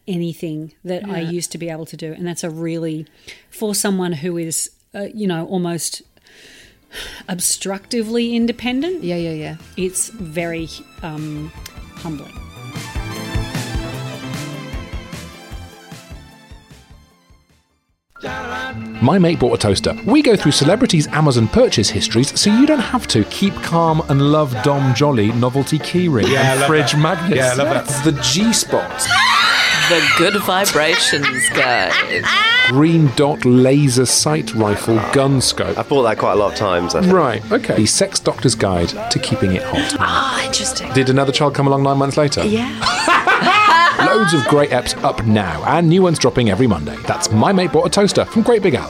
Speaker 5: anything that I used to be able to do, and that's a really for someone who is uh, you know almost obstructively independent,
Speaker 3: yeah, yeah, yeah.
Speaker 5: it's very um, humbling.
Speaker 6: My mate bought a toaster. We go through celebrities' Amazon purchase histories so you don't have to. Keep calm and love Dom Jolly novelty keyring
Speaker 7: Yeah, I
Speaker 6: and
Speaker 7: love
Speaker 6: fridge
Speaker 7: that.
Speaker 6: magnets.
Speaker 7: Yeah, I love that.
Speaker 6: The G Spot,
Speaker 8: The Good Vibrations Guide.
Speaker 6: green dot laser sight rifle gun scope.
Speaker 9: I've bought that quite a lot of times. I think.
Speaker 6: Right, okay. The Sex Doctor's Guide to Keeping It Hot.
Speaker 8: Ah, interesting.
Speaker 6: Did another child come along nine months later?
Speaker 8: Yeah.
Speaker 6: Loads of great apps up now, and new ones dropping every Monday. That's My Mate Bought a Toaster from Great Big Al.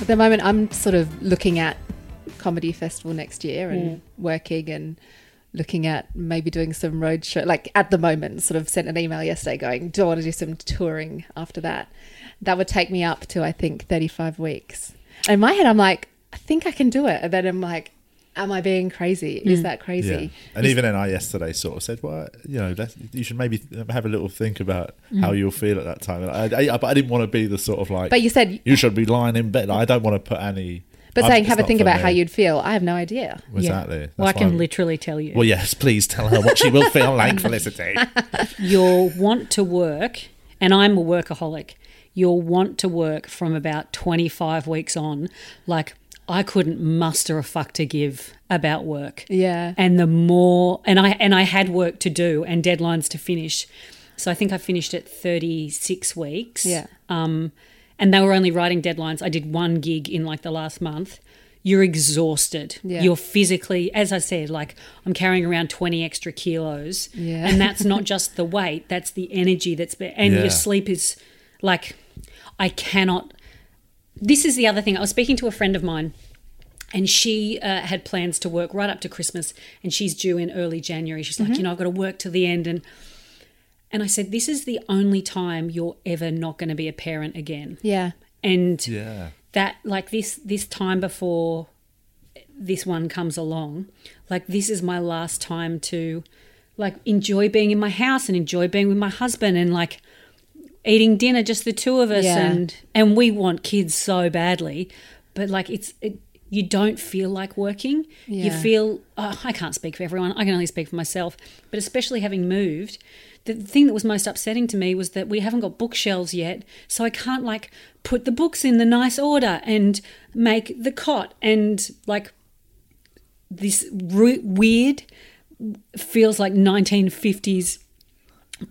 Speaker 3: At the moment, I'm sort of looking at comedy festival next year and working and looking at maybe doing some road show. Like at the moment, sort of sent an email yesterday going, "Do I want to do some touring after that?" That would take me up to I think 35 weeks. And in my head, I'm like, I think I can do it, and then I'm like, Am I being crazy? Is that
Speaker 4: Yeah.
Speaker 3: crazy?
Speaker 4: And even then, I yesterday sort of said, well, you know, let's, you should maybe have a little think about
Speaker 3: Mm.
Speaker 4: how you'll feel at that time. And I, I, but I didn't want to be the sort of like,
Speaker 3: But you said-
Speaker 4: you should be lying in bed. I don't want to put any.
Speaker 3: But
Speaker 4: I'm-
Speaker 3: saying,
Speaker 4: it's
Speaker 3: have a
Speaker 4: not
Speaker 3: think
Speaker 4: for
Speaker 3: about how
Speaker 4: me.
Speaker 3: you'd feel. I have no idea.
Speaker 4: Exactly. That's
Speaker 5: well, I
Speaker 4: why
Speaker 5: can
Speaker 4: I'm-
Speaker 5: literally tell you.
Speaker 4: Well, yes, please tell her what she will feel like, Felicity.
Speaker 5: your want to work, and I'm a workaholic, your want to work from about 25 weeks on, like, I couldn't muster a fuck to give about work.
Speaker 3: Yeah.
Speaker 5: And the more and I and I had work to do and deadlines to finish. So I think I finished at 36 weeks.
Speaker 3: Yeah.
Speaker 5: Um and they were only writing deadlines. I did one gig in like the last month. You're exhausted.
Speaker 3: Yeah.
Speaker 5: You're physically, as I said, like I'm carrying around 20 extra kilos.
Speaker 3: Yeah.
Speaker 5: And that's not just the weight, that's the energy that's be- and
Speaker 7: Yeah.
Speaker 5: your sleep is like I cannot this is the other thing. I was speaking to a friend of mine, and she uh, had plans to work right up to Christmas, and she's due in early January. She's like,
Speaker 3: Mm-hmm.
Speaker 7: Mhm.
Speaker 5: you know, I've got to work till the end, and and I said, this is the only time you're ever not going to be a parent again.
Speaker 3: Yeah.
Speaker 5: And
Speaker 4: Yeah.
Speaker 5: that like this this time before this one comes along, like this is my last time to like enjoy being in my house and enjoy being with my husband and like eating dinner just the two of us
Speaker 7: Yeah.
Speaker 5: and and we want kids so badly but like it's it, you don't feel like working you
Speaker 7: Yeah.
Speaker 5: feel oh, i can't speak for everyone i can only speak for myself but especially having moved the thing that was most upsetting to me was that we haven't got bookshelves yet so i can't like put the books in the nice order and make the cot and like this ru- weird feels like 1950s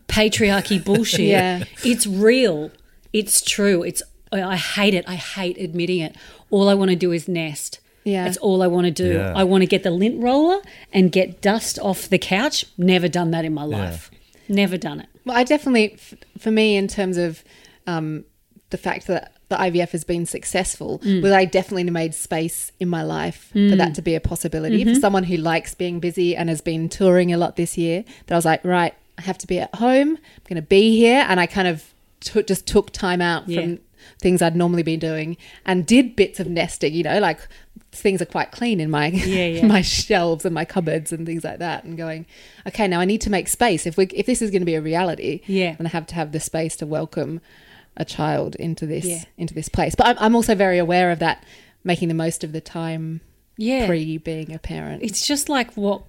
Speaker 5: patriarchy bullshit.
Speaker 3: Yeah.
Speaker 5: It's real. It's true. It's I- I hate it. I hate admitting it. All I want to do is nest.
Speaker 3: Yeah.
Speaker 5: That's all I want to do.
Speaker 7: Yeah.
Speaker 5: I want to get the lint roller and get dust off the couch. Never done that in my
Speaker 3: Yeah.
Speaker 5: life. Never done it.
Speaker 3: Well, I definitely, f- for me, in terms of um, the fact that the IVF has been successful,
Speaker 5: Mm.
Speaker 3: well, I definitely made space in my life for
Speaker 5: Mm.
Speaker 3: that to be a possibility. For
Speaker 5: Mhm.
Speaker 3: someone who likes being busy and has been touring a lot this year, that I was like, right, I have to be at home. I'm going to be here, and I kind of took just took time out
Speaker 5: Yeah.
Speaker 3: from things I'd normally been doing and did bits of nesting. You know, like things are quite clean in my
Speaker 5: yeah.
Speaker 3: my shelves and my cupboards and things like that and going okay now i need to make space if we if this is going to be a reality
Speaker 5: Yeah.
Speaker 3: and i have to have the space to welcome a child into this
Speaker 5: Yeah.
Speaker 3: into this place but I'm, I'm also very aware of that making the most of the time
Speaker 5: Yeah.
Speaker 3: pre being a parent
Speaker 5: It's just like what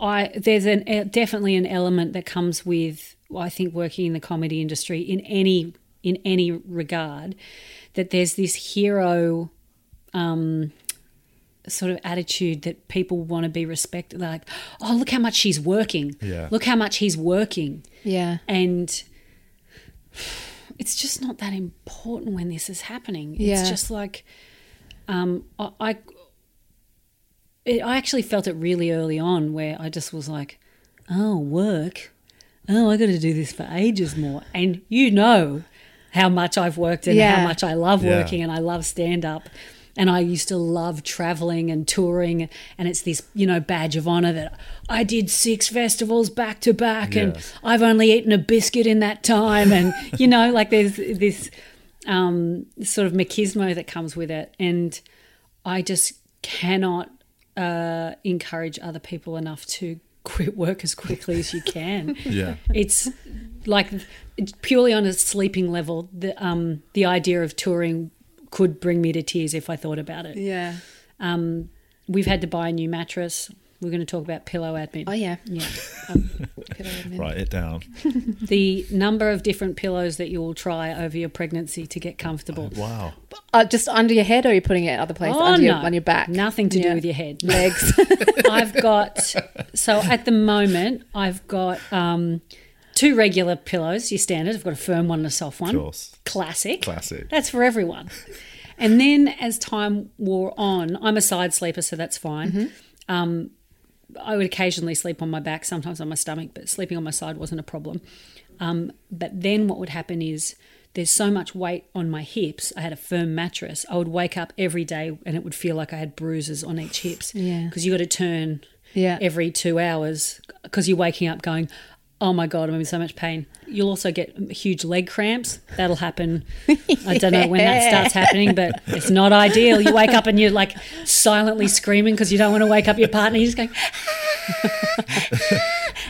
Speaker 5: I there's an uh, definitely an element that comes with I think working in the comedy industry in any in any regard that there's this hero um sort of attitude that people want to be respected They're like oh look how much she's working
Speaker 7: Yeah.
Speaker 5: look how much he's working
Speaker 3: yeah
Speaker 5: and it's just not that important when this is happening.
Speaker 7: Yeah.
Speaker 5: It's just like um, I, I, it, I actually felt it really early on where I just was like, oh, work. Oh, I got to do this for ages more. And you know how much I've worked and
Speaker 7: Yeah.
Speaker 5: how much I love
Speaker 7: Yeah.
Speaker 5: working and I love stand up. And I used to love traveling and touring. And it's this, you know, badge of honor that I did six festivals back to back and
Speaker 7: Yeah.
Speaker 5: I've only eaten a biscuit in that time. And, you know, like there's this um, sort of machismo that comes with it. And I just cannot uh, encourage other people enough to quit work as quickly as you can.
Speaker 7: Yeah.
Speaker 5: It's like it's purely on a sleeping level, the, um, the idea of touring could bring me to tears if I thought about it.
Speaker 3: Yeah.
Speaker 5: Um, we've had to buy a new mattress. We're going to talk about pillow admin. Oh,
Speaker 3: yeah.
Speaker 5: Yeah.
Speaker 4: Write it down.
Speaker 5: the number of different pillows that you'll try over your pregnancy to get comfortable.
Speaker 4: Wow.
Speaker 3: uh, just under your head or are you putting it other places
Speaker 5: Oh,
Speaker 3: under your,
Speaker 5: no.
Speaker 3: on your back
Speaker 5: Nothing to
Speaker 3: Yeah.
Speaker 5: do with your head.
Speaker 3: legs
Speaker 5: I've got so at the moment I've got um, two regular pillows, your standard. I've got a firm one and a soft one.
Speaker 4: course.
Speaker 5: Classic.
Speaker 4: Classic.
Speaker 5: That's for everyone. And then as time wore on, I'm a side sleeper, so that's fine. Um, I would occasionally sleep on my back, sometimes on my stomach, but sleeping on my side wasn't a problem. Um, but then what would happen is there's so much weight on my hips. I had a firm mattress. I would wake up every day and it would feel like I had bruises on each hips.
Speaker 3: Yeah.
Speaker 5: Because you got to turn
Speaker 3: Yeah.
Speaker 5: every two hours because you're waking up going, oh my God, I'm in so much pain. You'll also get huge leg cramps. That'll happen. I don't know when that starts happening, but it's not ideal. You wake up and you're like silently screaming because you don't want to wake up your partner. You're just going,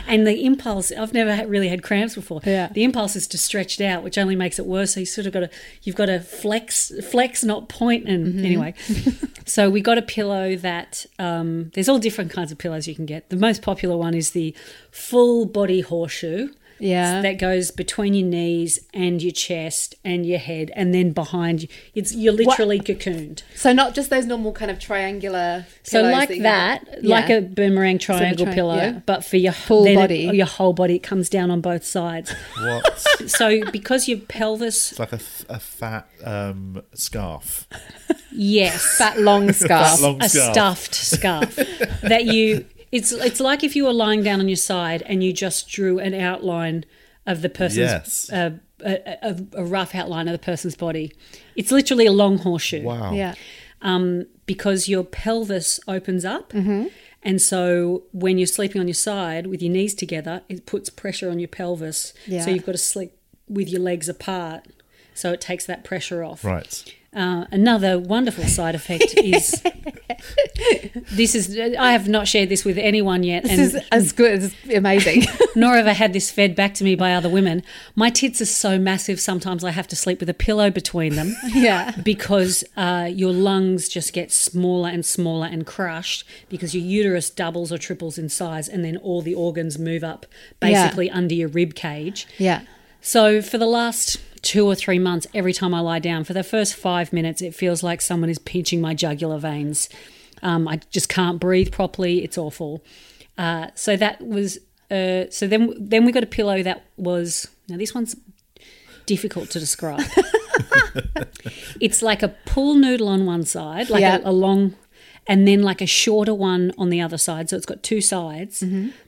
Speaker 5: and the impulse i've never had- really had cramps before
Speaker 7: Yeah.
Speaker 5: the impulse is to stretch it out which only makes it worse so you sort of got to you've got to flex flex not point and
Speaker 3: Mm-hmm.
Speaker 7: Mhm.
Speaker 5: anyway so we got a pillow that um, there's all different kinds of pillows you can get the most popular one is the full body horseshoe
Speaker 3: Yeah.
Speaker 5: that goes between your knees and your chest and your head and then behind you. It's you're
Speaker 3: What-
Speaker 5: literally cocooned.
Speaker 3: So not just those normal kind of triangular.
Speaker 5: So
Speaker 3: pillows
Speaker 5: like
Speaker 3: you
Speaker 5: that,
Speaker 3: have-
Speaker 5: like
Speaker 3: Yeah.
Speaker 5: a boomerang
Speaker 3: Sort of
Speaker 5: triangle
Speaker 3: tri-
Speaker 5: pillow,
Speaker 3: yeah.
Speaker 5: but for your
Speaker 3: Full
Speaker 5: then it-
Speaker 3: body.
Speaker 5: your whole body. It comes down on both sides.
Speaker 4: What?
Speaker 5: so because your pelvis,
Speaker 4: It's like a, f- a fat um, scarf.
Speaker 5: yes,
Speaker 3: that long
Speaker 4: scarf. long
Speaker 5: a
Speaker 4: scarf.
Speaker 5: stuffed scarf that you. It's it's like if you were lying down on your side and you just drew an outline of the person's
Speaker 4: Yes.
Speaker 5: uh, a, a, a rough outline of the person's body. It's literally a long horseshoe.
Speaker 4: Wow.
Speaker 3: Yeah.
Speaker 5: um, because your pelvis opens up.
Speaker 3: Mm-hmm.
Speaker 5: And so when you're sleeping on your side with your knees together, it puts pressure on your pelvis.
Speaker 3: Yeah.
Speaker 5: So you've got to sleep with your legs apart. So it takes that pressure off.
Speaker 4: Right.
Speaker 5: Uh, another wonderful side effect is this is I have not shared this with anyone yet, and
Speaker 3: This is as good as amazing.
Speaker 5: nor have I had this fed back to me by other women. My tits are so massive sometimes I have to sleep with a pillow between them.
Speaker 3: yeah.
Speaker 5: because uh, your lungs just get smaller and smaller and crushed because your uterus doubles or triples in size and then all the organs move up
Speaker 3: Yeah.
Speaker 5: basically under your rib cage.
Speaker 3: Yeah.
Speaker 5: So for the last two or three months, every time I lie down, for the first five minutes, it feels like someone is pinching my jugular veins. Um, I just can't breathe properly. It's awful. Uh, so that was. Uh, so then, then we got a pillow that was. Now this one's difficult to describe. it's like a pool noodle on one side, like
Speaker 3: Yeah.
Speaker 5: a, a long, and then like a shorter one on the other side. So it's got two sides.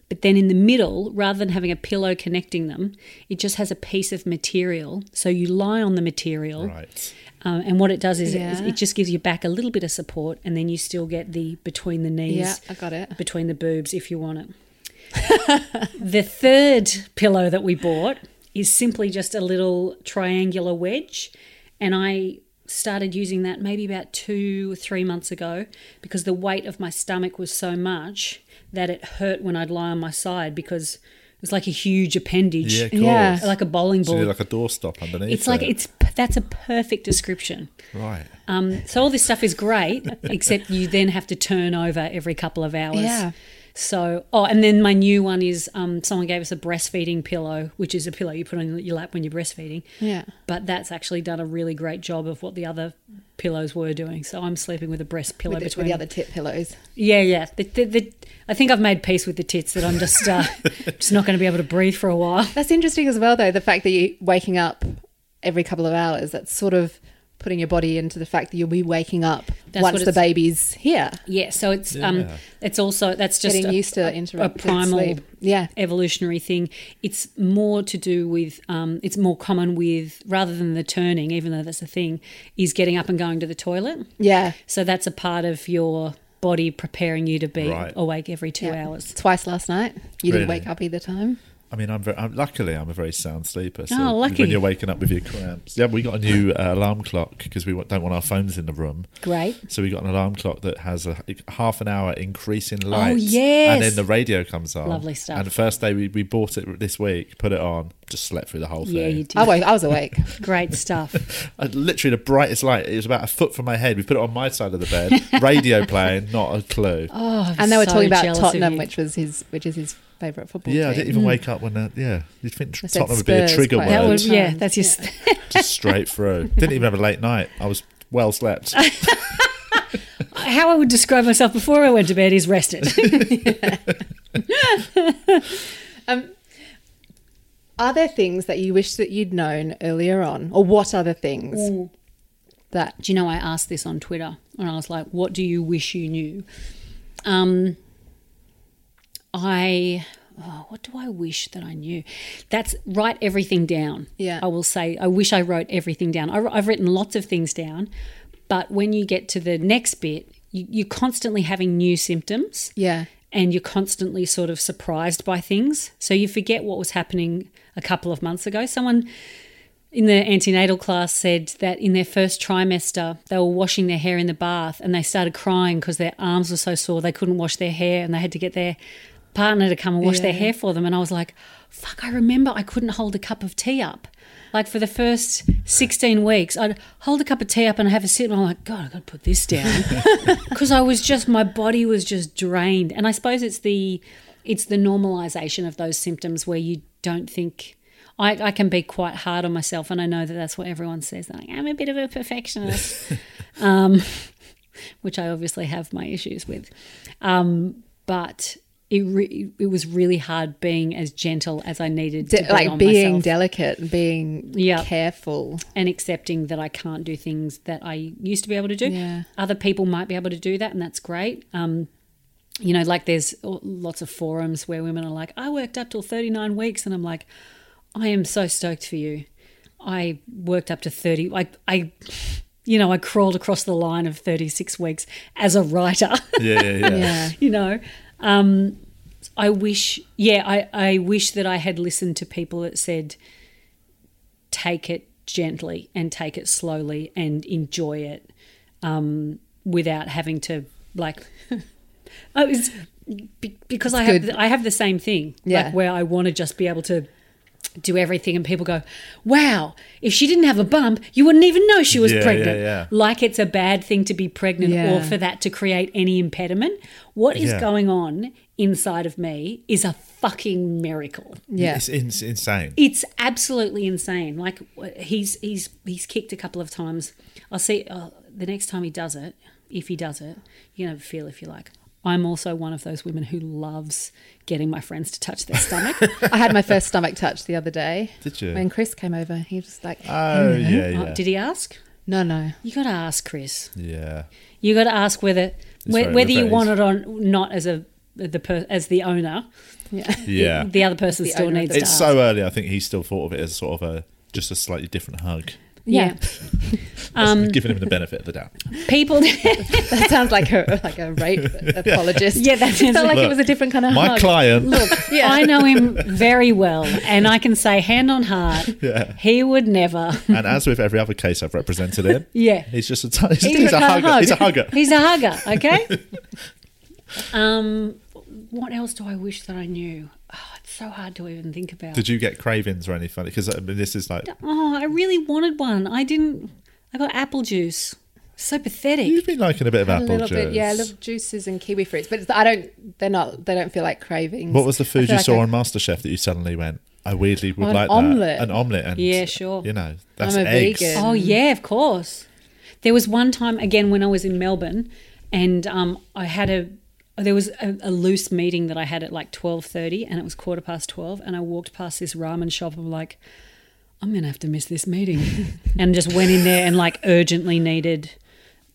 Speaker 5: But then in the middle, rather than having a pillow connecting them, it just has a piece of material. So you lie on the material.
Speaker 4: Right.
Speaker 5: Um, and what it does is it,
Speaker 3: Yeah.
Speaker 5: it just gives your back a little bit of support, and then you still get the between the knees,
Speaker 3: Yeah, I got it.
Speaker 5: between the boobs if you want it. the third pillow that we bought is simply just a little triangular wedge, and I started using that maybe about two or three months ago because the weight of my stomach was so much that it hurt when I'd lie on my side because it's like a huge appendage,
Speaker 4: Yeah, of course.
Speaker 3: Yeah.
Speaker 5: like a bowling
Speaker 4: So
Speaker 5: ball.
Speaker 4: you're like a doorstop underneath.
Speaker 5: it's like
Speaker 4: it.
Speaker 5: it's that's a perfect description.
Speaker 4: Right.
Speaker 5: Um, so all this stuff is great, except you then have to turn over every couple of hours.
Speaker 3: Yeah.
Speaker 5: So, oh, and then my new one is um, someone gave us a breastfeeding pillow, which is a pillow you put on your lap when you're breastfeeding.
Speaker 3: Yeah.
Speaker 5: But that's actually done a really great job of what the other pillows were doing. So I'm sleeping with a breast pillow
Speaker 3: With the,
Speaker 5: between
Speaker 3: with the other tip pillows.
Speaker 5: Yeah, yeah. The, the, the, I think I've made peace with the tits that I'm just uh, just not going to be able to breathe for a while.
Speaker 3: That's interesting as well, though, the fact that you waking up every couple of hours, that's sort of putting your body into the fact that you'll be waking up
Speaker 5: That's
Speaker 3: once
Speaker 5: what
Speaker 3: the
Speaker 5: it's-
Speaker 3: baby's here.
Speaker 5: Yeah, so it's um, it's also that's just
Speaker 3: Getting
Speaker 5: a,
Speaker 3: used to
Speaker 5: a-
Speaker 3: interrupted
Speaker 5: a primal,
Speaker 3: sleep. Yeah.
Speaker 5: evolutionary thing. It's more to do with um, it's more common with rather than the turning, even though that's a thing, is getting up and going to the toilet.
Speaker 3: Yeah.
Speaker 5: So that's a part of your body preparing you to be
Speaker 4: Right.
Speaker 5: awake every two
Speaker 3: Yeah.
Speaker 5: hours.
Speaker 3: Twice last night. You didn't
Speaker 4: Really?
Speaker 3: wake up either time.
Speaker 4: I mean, I'm, very, I'm luckily I'm a very sound sleeper. So
Speaker 5: Oh, lucky.
Speaker 4: When you're waking up with your cramps, yeah, we got a new uh, alarm clock because we wa- don't want our phones in the room.
Speaker 5: Great.
Speaker 4: So we got an alarm clock that has a half an hour increase in light.
Speaker 5: Oh, yes.
Speaker 4: And then the radio comes on.
Speaker 5: Lovely stuff.
Speaker 4: And the first day we, we bought it this week, put it on, just slept through the whole thing.
Speaker 5: Yeah, you did.
Speaker 3: I woke. I was awake.
Speaker 5: Great stuff.
Speaker 4: I- literally the brightest light. It was about a foot from my head. We put it on my side of the bed. radio playing, not a clue.
Speaker 5: Oh,
Speaker 3: and they were
Speaker 5: so
Speaker 3: talking about
Speaker 5: jealous of
Speaker 3: Tottenham,
Speaker 5: you.
Speaker 3: which was his, which is his favourite football
Speaker 4: yeah, I
Speaker 3: team.
Speaker 4: didn't
Speaker 5: Hmm.
Speaker 4: even wake up when that. Yeah, you'd think
Speaker 3: I said
Speaker 4: Tottenham would be a
Speaker 3: Spurs
Speaker 4: trigger
Speaker 3: quite a
Speaker 4: word.
Speaker 3: lot
Speaker 5: That
Speaker 3: Right.
Speaker 5: was yeah. That's your
Speaker 4: just straight through. Didn't even have a late night. I was well slept.
Speaker 5: how I would describe myself before I went to bed is rested.
Speaker 3: Are there things that you wish that you'd known earlier on, or what other things that?
Speaker 5: Do you know I asked this on Twitter and I was like, what do you wish you knew? Um I oh, what do I wish that I knew? That's write everything down.
Speaker 3: Yeah.
Speaker 5: I will say I wish I wrote everything down. I, have written lots of things down, but when you get to the next bit, you, you're constantly having new symptoms
Speaker 3: Yeah,
Speaker 5: and you're constantly sort of surprised by things. So you forget what was happening a couple of months ago. Someone in the antenatal class said that in their first trimester, they were washing their hair in the bath and they started crying because their arms were so sore they couldn't wash their hair and they had to get their partner to come and wash their hair for them. And I was like, fuck, I remember I couldn't hold a cup of tea up. Like for the first 16 weeks, I'd hold a cup of tea up and have a sip, and I'm like, God, I've got to put this down because I was just my body was just drained, and I suppose it's the it's the normalization of those symptoms where you don't think I, I can be quite hard on myself, and I know that that's what everyone says. They're Like, I'm a bit of a perfectionist, um, which I obviously have my issues with. Um, but it re- it was really hard being as gentle as I needed
Speaker 3: De-
Speaker 5: to be
Speaker 3: like
Speaker 5: on
Speaker 3: being
Speaker 5: myself
Speaker 3: delicate and being careful
Speaker 5: and accepting that I can't do things that I used to be able to do.
Speaker 3: Yeah.
Speaker 5: Other people might be able to do that, and that's great. Um, you know, like there's lots of forums where women are like, I worked up till 39 weeks, and I'm like, I am so stoked for you. I worked up to 30. I, I, you know, I crawled across the line of 36 weeks as a writer.
Speaker 4: Yeah, yeah, yeah.
Speaker 3: Yeah.
Speaker 5: you know, um, I wish, yeah, I, I wish that I had listened to people that said, take it gently and take it slowly and enjoy it um, without having to like oh it's be- because I have
Speaker 3: good.
Speaker 5: I have the same thing
Speaker 3: Yeah.
Speaker 5: like where I want to just be able to do everything and people go wow if she didn't have a bump you wouldn't even know she was
Speaker 4: Yeah, yeah,
Speaker 5: pregnant
Speaker 4: yeah.
Speaker 5: like it's a bad thing to be pregnant
Speaker 3: Yeah.
Speaker 5: or for that to create any impediment what is
Speaker 4: Yeah.
Speaker 5: going on inside of me is a fucking miracle
Speaker 3: yeah
Speaker 4: It's, it's insane.
Speaker 5: it's absolutely insane. Like wh- he's he's he's kicked a couple of times. I'll see uh, the next time he does it. If he does it, you can have a feel if you like. I'm also one of those women who loves getting my friends to touch their stomach. Uh,
Speaker 3: i had my first stomach touch the other day
Speaker 4: Did you?
Speaker 3: when chris came over he was like
Speaker 4: oh yeah, yeah,
Speaker 5: Uh, did he ask?
Speaker 3: no no
Speaker 5: You got to ask, Chris.
Speaker 4: yeah.
Speaker 5: You got to ask whether whe-
Speaker 4: very
Speaker 5: whether you
Speaker 4: revenge.
Speaker 5: want it or not as a the per, as the owner.
Speaker 4: Yeah.
Speaker 5: The other person still
Speaker 3: owner of
Speaker 5: needs
Speaker 3: the
Speaker 5: to
Speaker 4: it's
Speaker 5: ask.
Speaker 4: so early. I think he still thought of it as sort of a just a slightly different hug,
Speaker 5: yeah.
Speaker 3: Um,
Speaker 4: giving him the benefit of the doubt.
Speaker 5: People.
Speaker 3: that sounds like a like a rape apologist
Speaker 5: Yeah, that
Speaker 3: it
Speaker 5: sounds
Speaker 3: felt like it
Speaker 4: Look,
Speaker 3: was a different kind of
Speaker 4: My
Speaker 3: hug.
Speaker 4: client,
Speaker 3: yeah
Speaker 5: I know him very well, and I can say hand on heart, he would never.
Speaker 4: and as with every other case I've represented him,
Speaker 5: Yeah.
Speaker 4: he's just a t- he's, he's,
Speaker 5: He's
Speaker 4: a
Speaker 5: a
Speaker 4: hugger.
Speaker 5: hug.
Speaker 4: He's a hugger.
Speaker 5: He's a hugger, okay? um, what else do I wish that I knew? Oh, it's so hard to even think about.
Speaker 4: Did you get cravings or anything? Because I mean, this is like
Speaker 5: oh, I really wanted one. I didn't. I got apple juice. So
Speaker 4: you've
Speaker 5: pathetic.
Speaker 4: been liking a bit of
Speaker 3: a
Speaker 4: apple
Speaker 3: little
Speaker 4: juice.
Speaker 3: bit yeah little juices and kiwi fruits but it's, i don't they're not they don't feel like cravings
Speaker 4: What was the
Speaker 3: I
Speaker 4: food
Speaker 3: feel
Speaker 4: you
Speaker 3: like
Speaker 4: saw
Speaker 3: I-
Speaker 4: on MasterChef that you suddenly went? I weirdly would
Speaker 3: Oh, an
Speaker 4: like
Speaker 3: omelette.
Speaker 4: that. An omelette. And,
Speaker 5: Yeah, sure.
Speaker 4: You know, that's
Speaker 3: I'm a
Speaker 4: eggs.
Speaker 3: vegan.
Speaker 5: Oh yeah, of course. There was one time again when I was in Melbourne, and um, I had a there was a, a loose meeting that I had at like twelve thirty, and it was quarter past twelve, and I walked past this ramen shop. I'm like, I'm gonna have to miss this meeting, and just went in there and like urgently needed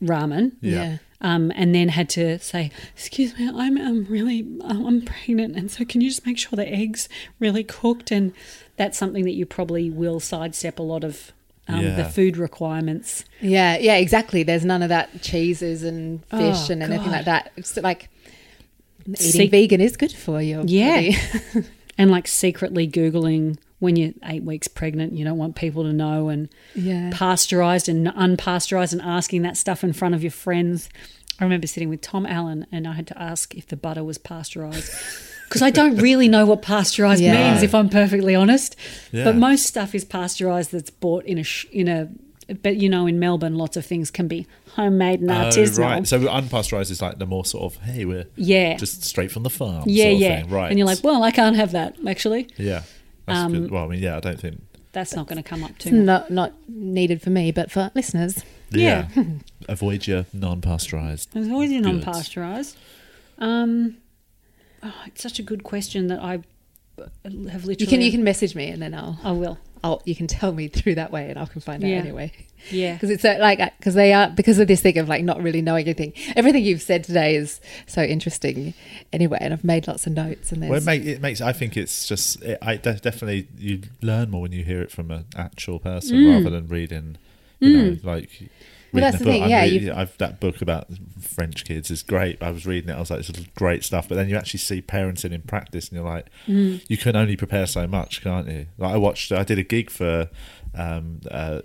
Speaker 5: ramen.
Speaker 3: yeah
Speaker 5: Um, and then had to say, "Excuse me, I'm um, really um, I'm pregnant, and so can you just make sure the eggs really cooked?" And that's something that you probably will sidestep a lot of um, the
Speaker 4: Yeah.
Speaker 5: food requirements.
Speaker 3: Yeah, yeah, exactly. There's none of that cheeses and fish
Speaker 5: Oh,
Speaker 3: and anything
Speaker 5: God.
Speaker 3: like that. It's like eating
Speaker 5: Seek-
Speaker 3: vegan is good for you.
Speaker 5: Yeah. and like secretly Googling when you're eight weeks pregnant, you don't want people to know, and
Speaker 3: yeah.
Speaker 5: pasteurized and unpasteurized, and asking that stuff in front of your friends. I remember sitting with Tom Allen, and I had to ask if the butter was pasteurized. Because I don't really know what pasteurized
Speaker 3: Yeah.
Speaker 5: means, if I'm perfectly honest.
Speaker 4: Yeah.
Speaker 5: But most stuff is pasteurized that's bought in a sh- in a. But you know, in Melbourne, lots of things can be homemade and
Speaker 4: Oh,
Speaker 5: artisanal.
Speaker 4: right. So unpasteurized is like the more sort of hey, we're
Speaker 5: Yeah.
Speaker 4: just straight from the farm.
Speaker 5: yeah,
Speaker 4: sort of
Speaker 5: yeah.
Speaker 4: thing. Right.
Speaker 5: And you're like, Um, well, I can't have that. Actually,
Speaker 4: yeah. That's good. Well, I mean, yeah, I don't think.
Speaker 5: that's not going to come up too. much.
Speaker 3: Not not needed for me, but for listeners.
Speaker 5: Yeah.
Speaker 4: Avoid your non-pasteurized.
Speaker 5: It's always in non
Speaker 4: goods.
Speaker 5: pasteurized. Um, oh, it's such a good question that I uh, have literally.
Speaker 3: You can you can message me and then I'll,
Speaker 5: I will.
Speaker 3: I'll you can tell me through that way and I can find out
Speaker 5: Yeah.
Speaker 3: anyway.
Speaker 5: Yeah.
Speaker 3: Because it's so, like because they are because of this thing of like not really knowing anything. Everything you've said today is so interesting anyway, and I've made lots of notes and there's
Speaker 4: Well, it, make, it makes. I think it's just. It, I de- definitely you learn more when you hear it from an actual person rather than reading. You know, like.
Speaker 3: Well,
Speaker 4: reading
Speaker 3: Mm. that's
Speaker 4: a
Speaker 3: the
Speaker 4: book.
Speaker 3: thing,
Speaker 4: I'm
Speaker 3: yeah,
Speaker 4: reading-
Speaker 3: you've-
Speaker 4: I've, that book about French kids is great. I was reading it. I was like, this is great stuff. But then you actually see parenting in practice, and you're like,
Speaker 3: Mm.
Speaker 4: you can only prepare so much, can't you? Like I watched. I did a gig for um, uh,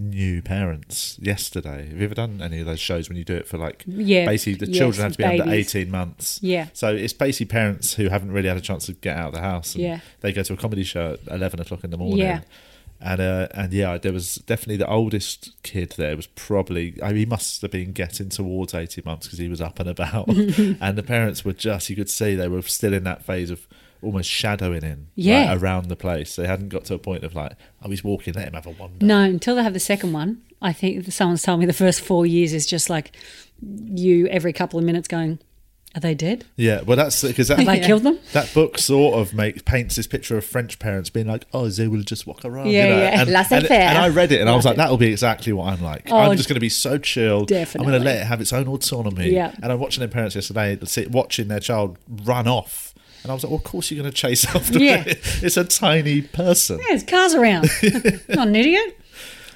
Speaker 4: new parents yesterday. Have you ever done any of those shows when you do it for like?
Speaker 5: Yeah,
Speaker 4: Basically, the
Speaker 5: yes,
Speaker 4: children have to be under
Speaker 5: babies.
Speaker 4: 18 months.
Speaker 5: Yeah.
Speaker 4: So it's basically parents who haven't really had a chance to get out of the house. And
Speaker 5: Yeah.
Speaker 4: They go to a comedy show at eleven o'clock in the morning.
Speaker 5: Yeah.
Speaker 4: And uh, and yeah, there was definitely the oldest kid there was probably I mean, he must have been getting towards eighteen months because he was up and about, and the parents were just you could see they were still in that phase of almost shadowing him like,
Speaker 5: Yeah.
Speaker 4: around the place. They hadn't got to a point of like, oh, he's walking, let him have a wander.
Speaker 5: No, until they have the second one. I think that someone's told me the first four years is just like you every couple of minutes going, Are they dead?
Speaker 4: Yeah, well, that's because that
Speaker 5: Have I killed them?
Speaker 4: That book sort of makes paints this picture of French parents being like, "Oh, they will just walk around."
Speaker 5: Yeah,
Speaker 4: you know?
Speaker 5: yeah.
Speaker 4: And, and,
Speaker 5: Laissez-faire.
Speaker 4: and I read it, and I was like, "That'll be exactly what I'm like.
Speaker 5: Oh,
Speaker 4: I'm just going to be so chilled. I'm
Speaker 5: definitely.
Speaker 4: going to let it have its own autonomy."
Speaker 5: Yeah.
Speaker 4: And I'm watching their parents yesterday, sit- watching their child run off, and I was like, "Well, of course you're going to chase after
Speaker 5: Yeah.
Speaker 4: it. It's a tiny person."
Speaker 5: Yeah, there's cars around. Not an idiot.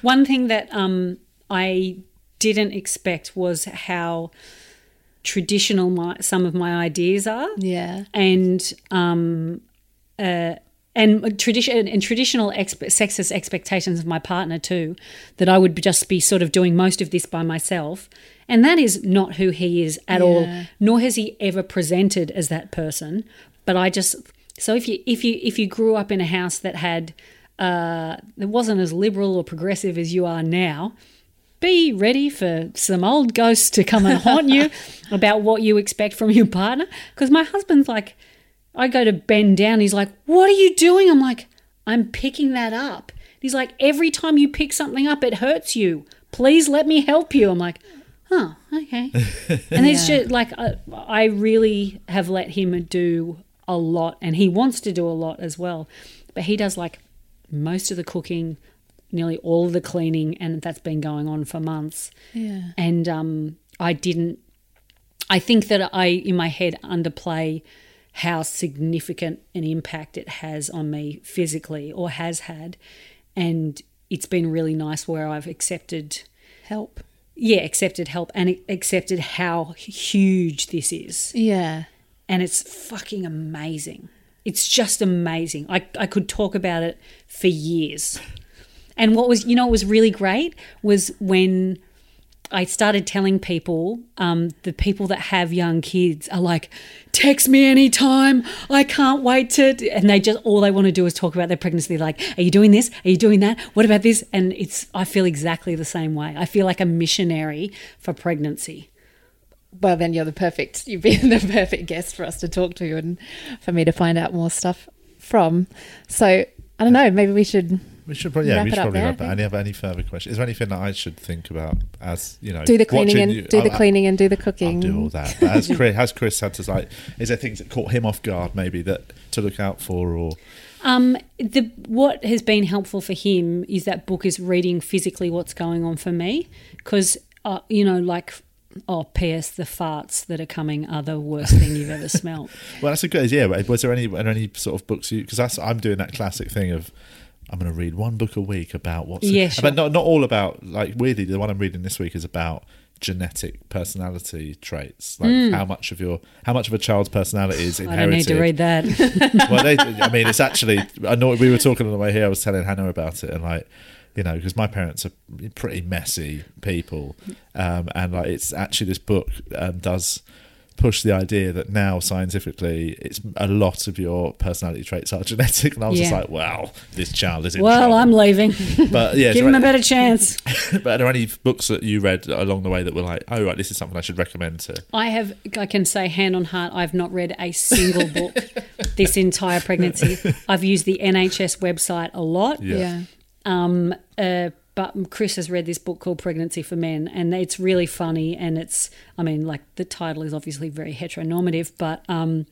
Speaker 5: One thing that um, I didn't expect was how traditional my, some of my ideas are.
Speaker 3: Yeah.
Speaker 5: and um, uh, and tradition and traditional expe- sexist expectations of my partner too, that I would just be sort of doing most of this by myself, and that is not who he is at
Speaker 3: Yeah.
Speaker 5: all. Nor has he ever presented as that person. But I just so if you if you if you grew up in a house that had uh, that wasn't as liberal or progressive as you are now, be ready for some old ghosts to come and haunt you about what you expect from your partner. Because my husband's like, I go to bend down, he's like, What are you doing? I'm like, I'm picking that up. He's like, Every time you pick something up, it hurts you. Please let me help you. I'm like, Oh, okay. And it's just like, I, I really have let him do a lot, and he wants to do a lot as well. But he does like most of the cooking, nearly all of the cleaning, and that's been going on for months.
Speaker 3: Yeah.
Speaker 5: And um, I didn't. I think that I, in my head, underplay how significant an impact it has on me physically, or has had, and it's been really nice where I've accepted
Speaker 3: help.
Speaker 5: Yeah, accepted help and accepted how huge this is
Speaker 3: Yeah.
Speaker 5: and it's fucking amazing. It's just amazing. I, I could talk about it for years. And what was, you know, what was really great was when I started telling people, um, the people that have young kids are like, text me anytime. I can't wait to. d-" And they just, all they want to do is talk about their pregnancy. They're like, are you doing this? Are you doing that? What about this? And it's, I feel exactly the same way. I feel like a missionary for pregnancy.
Speaker 3: Well, then you're the perfect. You've been the perfect guest for us to talk to and for me to find out more stuff from. So I don't know. Maybe we should
Speaker 4: We should probably, yeah,
Speaker 3: Wrap
Speaker 4: we
Speaker 3: it
Speaker 4: should
Speaker 3: up
Speaker 4: probably
Speaker 3: there,
Speaker 4: wrap it.
Speaker 3: I
Speaker 4: Any any further questions? Is there anything that I should think about as you know?
Speaker 3: do the cleaning
Speaker 4: watching
Speaker 3: and
Speaker 4: you-
Speaker 3: do the
Speaker 4: I'll-
Speaker 3: cleaning and do the cooking.
Speaker 4: do all that. But has Chris, has Chris had to like? Is there things that caught him off guard, maybe that to look out for, or
Speaker 5: Um, the what has been helpful for him is that book is reading physically what's going on for me because uh, you know like oh P.S. the farts that are coming are the worst thing you've ever smelled.
Speaker 4: well, that's a good idea. But was there any are there any sort of books you? Because that's I'm doing that classic thing of. I'm going to read one book a week about what's.
Speaker 5: Yeah, sure.
Speaker 4: But not not all about like weirdly the one I'm reading this week is about genetic personality traits, like
Speaker 5: Mm.
Speaker 4: how much of your how much of a child's personality is
Speaker 5: I don't
Speaker 4: inherited.
Speaker 5: need to read that.
Speaker 4: well, they, I mean, it's actually. I know we were talking on the way here. I was telling Hannah about it, and like, you know, because my parents are pretty messy people, um, and like, it's actually this book um, does push the idea that now scientifically, it's a lot of your personality traits are genetic, and I was just
Speaker 5: Yeah.
Speaker 4: like, wow, this child is in
Speaker 5: well,
Speaker 4: trouble.
Speaker 5: I'm leaving.
Speaker 4: But, yeah,
Speaker 5: give
Speaker 4: so-
Speaker 5: him a better chance.
Speaker 4: but are there any books that you read along the way that were like, oh right, this is something I should recommend to?
Speaker 5: I have, I can say hand on heart, I've not read a single book this entire pregnancy. I've used the NHS website a lot.
Speaker 3: Yeah. Yeah.
Speaker 5: Um, uh, but Chris has read this book called Pregnancy for Men, and it's really funny. And it's, I mean, like the title is obviously very heteronormative, but um,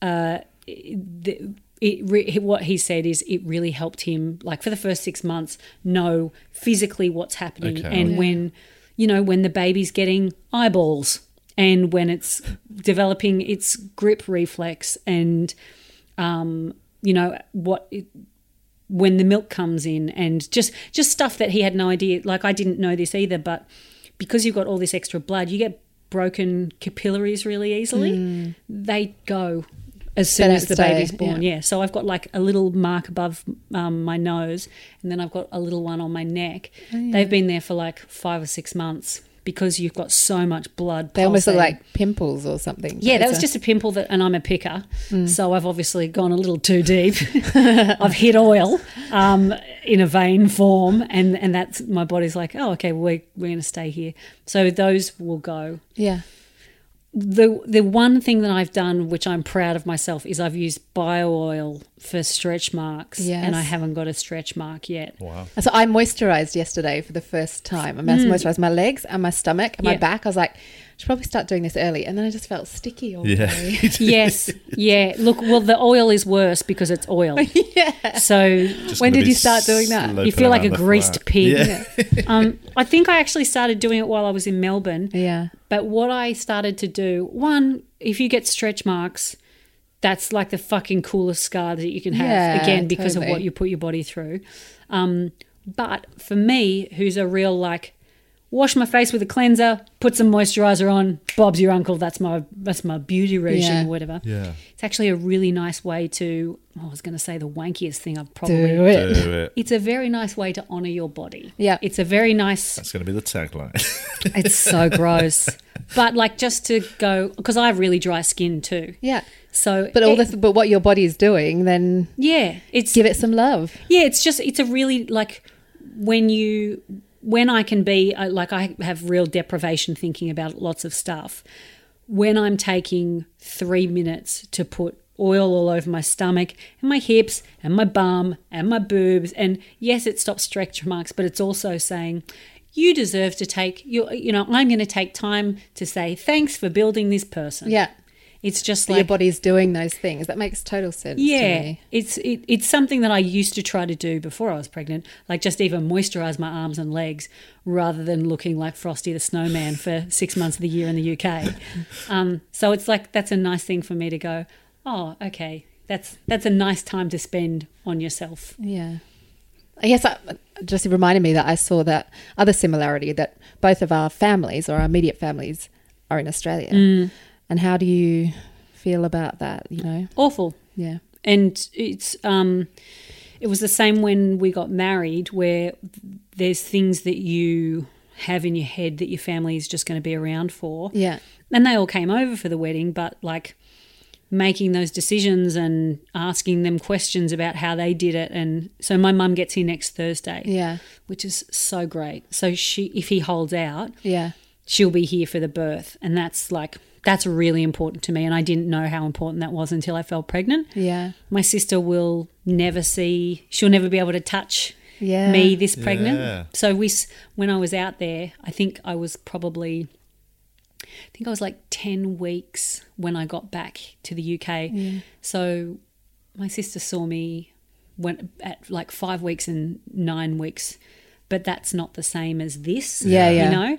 Speaker 5: uh, the, it re- what he said is it really helped him, like for the first six months, know physically what's happening
Speaker 7: Okay.
Speaker 5: and
Speaker 7: Yeah.
Speaker 5: when, you know, when the baby's getting eyeballs and when it's developing its grip reflex and, um, you know, what it, when the milk comes in and just just stuff that he had no idea like I didn't know this either but because you've got all this extra blood you get broken capillaries really easily
Speaker 3: Mm.
Speaker 5: they go as
Speaker 3: They
Speaker 5: soon
Speaker 3: don't
Speaker 5: as the
Speaker 3: stay,
Speaker 5: baby's born
Speaker 3: yeah.
Speaker 5: yeah. so I've got like a little mark above um, my nose and then I've got a little one on my neck
Speaker 3: Oh, yeah.
Speaker 5: they've been there for like 5 or 6 months because you've got so much blood
Speaker 3: They almost look
Speaker 5: pulsating.
Speaker 3: like pimples or something.
Speaker 5: Yeah, that
Speaker 3: It's
Speaker 5: was
Speaker 3: a-
Speaker 5: just a pimple that, and I'm a picker,
Speaker 3: Mm.
Speaker 5: so I've obviously gone a little too deep. I've hit oil um, in a vein form, and and that's my body's like, oh, okay, we're we're gonna stay here. So those will go.
Speaker 3: yeah.
Speaker 5: the the one thing that I've done which I'm proud of myself is I've used bio oil for stretch marks
Speaker 3: Yes.
Speaker 5: and I haven't got a stretch mark yet.
Speaker 4: Wow.
Speaker 3: And So I moisturized yesterday for the first time. I must
Speaker 5: Mm.
Speaker 3: moisturized my legs and my stomach and my
Speaker 5: Yeah.
Speaker 3: back. I was like, I should probably start doing this early. And then I just felt sticky all
Speaker 5: Yeah.
Speaker 3: day.
Speaker 5: yes. Yeah. Look, well the oil is worse because it's oil. yeah. So
Speaker 3: Just When gonna did be you start doing that?
Speaker 5: You feel like
Speaker 3: sloping around
Speaker 5: a
Speaker 3: the
Speaker 5: greased
Speaker 3: flat.
Speaker 5: pig.
Speaker 3: Yeah.
Speaker 5: um, I think I actually started doing it while I was in Melbourne.
Speaker 3: Yeah.
Speaker 5: But what I started to do, one, if you get stretch marks, that's like the fucking coolest scar that you can have
Speaker 3: Yeah,
Speaker 5: again because of what
Speaker 3: totally.
Speaker 5: you put your body through. Um, but for me, who's a real like, wash my face with a cleanser, put some moisturizer on, Bob's your uncle. That's my that's my beauty regime
Speaker 3: Yeah.
Speaker 5: or whatever.
Speaker 3: Yeah.
Speaker 5: It's actually a really nice way to. oh, I was going to say the wankiest thing I've probably
Speaker 3: Do it. Do
Speaker 4: it.
Speaker 5: It's a very nice way to honor your body.
Speaker 3: Yeah.
Speaker 5: It's a very nice
Speaker 4: That's going to be the tagline.
Speaker 5: it's so gross. But like just to go because I have really dry skin too.
Speaker 3: Yeah.
Speaker 5: So
Speaker 3: But all
Speaker 5: it-
Speaker 3: this, but what your body is doing, then
Speaker 5: yeah, it's
Speaker 3: give it some love.
Speaker 5: yeah, it's just it's a really like when you when I can be I- like I have real deprivation thinking about lots of stuff. When I'm taking three minutes to put oil all over my stomach and my hips and my bum and my boobs, and yes, it stops stretch marks, but it's also saying you deserve to take your you know I'm going to take time to say thanks for building this person.
Speaker 3: Yeah.
Speaker 5: it's just
Speaker 3: That
Speaker 5: like
Speaker 3: your body's doing those things. That makes total sense. to
Speaker 5: yeah,
Speaker 3: me.
Speaker 5: it's it, it's something that I used to try to do before I was pregnant, like just even moisturize my arms and legs rather than looking like Frosty the Snowman for six months of the year in the UK. Um, so it's like that's a nice thing for me to go. Oh, okay, that's that's a nice time to spend on yourself.
Speaker 3: Yeah. Yes, I, just it reminded me that I saw that other similarity that both of our families or our immediate families are in Australia.
Speaker 5: Mm.
Speaker 3: And how do you feel about that? You know,
Speaker 5: awful.
Speaker 3: Yeah.
Speaker 5: And it's um it was the same when we got married where there's things that you have in your head that your family is just going to be around for.
Speaker 3: Yeah.
Speaker 5: And they all came over for the wedding, but like making those decisions and asking them questions about how they did it and so my mum gets here next Thursday.
Speaker 3: Yeah.
Speaker 5: Which is so great. So she if he holds out,
Speaker 3: yeah,
Speaker 5: she'll be here for the birth and that's like that's really important to me and i didn't know how important that was until i fell pregnant
Speaker 3: yeah,
Speaker 5: my sister will never see she'll never be able to touch
Speaker 3: Yeah.
Speaker 5: me this pregnant
Speaker 3: Yeah.
Speaker 5: so we s- when i was out there i think i was probably i think i was like 10 weeks when i got back to the uk
Speaker 3: Yeah.
Speaker 5: so my sister saw me when at like 5 weeks and 9 weeks but that's not the same as this
Speaker 3: Yeah, yeah.
Speaker 5: you know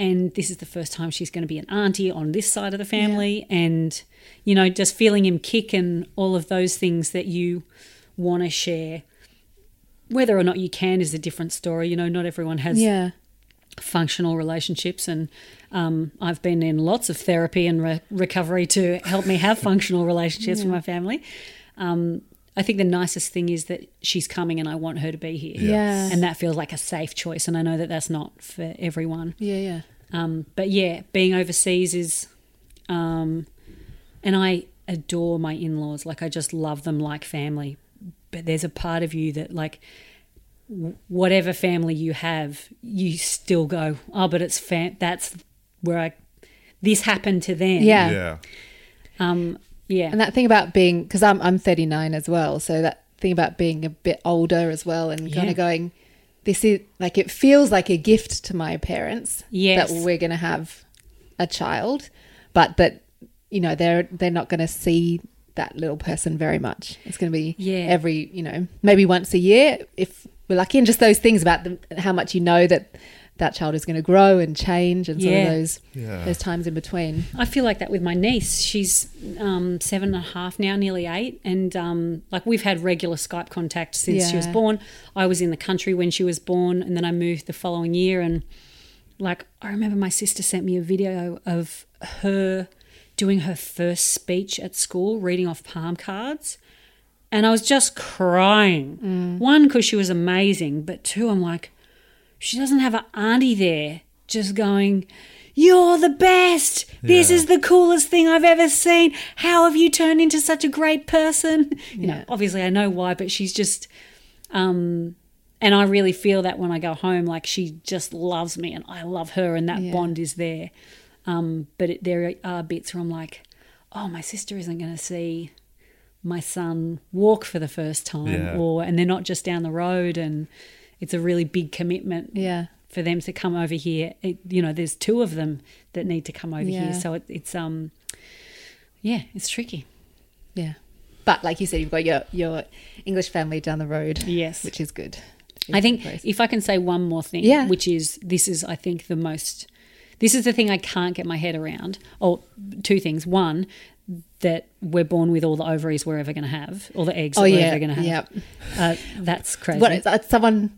Speaker 5: and this is the first time she's going to be an auntie on this side of the family and you know just feeling him kick and all of those things that you want to share whether or not you can is a different story you know not everyone has
Speaker 3: yeah,
Speaker 5: functional relationships and um, i've been in lots of therapy and re- recovery to help me have functional relationships with
Speaker 3: Yeah.
Speaker 5: my family um, i think the nicest thing is that she's coming and i want her to be here
Speaker 3: Yes. Yeah.
Speaker 5: and that feels like a safe choice and i know that that's not for everyone
Speaker 3: yeah, yeah.
Speaker 5: um, but yeah, being overseas is, um, and I adore my in laws. Like, I just love them like family. But there's a part of you that, like, w- whatever family you have, you still go, oh, but it's fam- that's where I, this happened to them.
Speaker 3: Yeah. Yeah.
Speaker 5: Um, yeah.
Speaker 3: And that thing about being, because I'm I'm 39 as well, so that thing about being a bit older as well, and kind
Speaker 5: Yeah.
Speaker 3: of going, this is like it feels like a gift to my parents
Speaker 5: Yes.
Speaker 3: that we're going to have a child, but that you know they're they're not going to see that little person very much. It's going to be
Speaker 5: Yeah.
Speaker 3: every you know maybe once a year if we're lucky, and just those things about them, how much you know that that child is going to grow and change, and sort
Speaker 5: Yeah.
Speaker 3: of those
Speaker 5: Yeah.
Speaker 3: those times in between.
Speaker 5: I feel like that with my niece. She's um, seven and a half now, nearly eight, and um, like we've had regular Skype contact since she was
Speaker 3: Yeah.
Speaker 5: born. I was in the country when she was born, and then I moved the following year. And like I remember, my sister sent me a video of her doing her first speech at school, reading off palm cards, and I was just crying. One, because she was amazing, but two, I'm like, she doesn't have an auntie there just going, You're the best. This
Speaker 7: Yeah.
Speaker 5: is the coolest thing I've ever seen. How have you turned into such a great person? You know, obviously I know why, but she's just um and I really feel that when I go home, like she just loves me and I love her and that bond is there. Um, but it, there are bits where I'm like, oh, my sister isn't going to see my son walk for the first time,
Speaker 7: Yeah.
Speaker 5: or and they're not just down the road, and it's a really big commitment.
Speaker 3: Yeah.
Speaker 5: For them to come over here, it, you know, there's two of them that need to come over
Speaker 3: Yeah.
Speaker 5: here, so it, it's um, yeah, it's tricky.
Speaker 3: Yeah. But like you said, you've got your, your English family down the road.
Speaker 5: Yes.
Speaker 3: Which is good.
Speaker 5: I think
Speaker 3: Place.
Speaker 5: if I can say one more thing,
Speaker 3: Yeah.
Speaker 5: which is this is I think the most this is the thing I can't get my head around. Or two things. One, that we're born with all the ovaries we're ever going to have, all the eggs
Speaker 3: Oh,
Speaker 5: that we're
Speaker 3: yeah,
Speaker 5: ever going to have.
Speaker 3: yep.
Speaker 5: Uh, that's crazy.
Speaker 3: What, uh, someone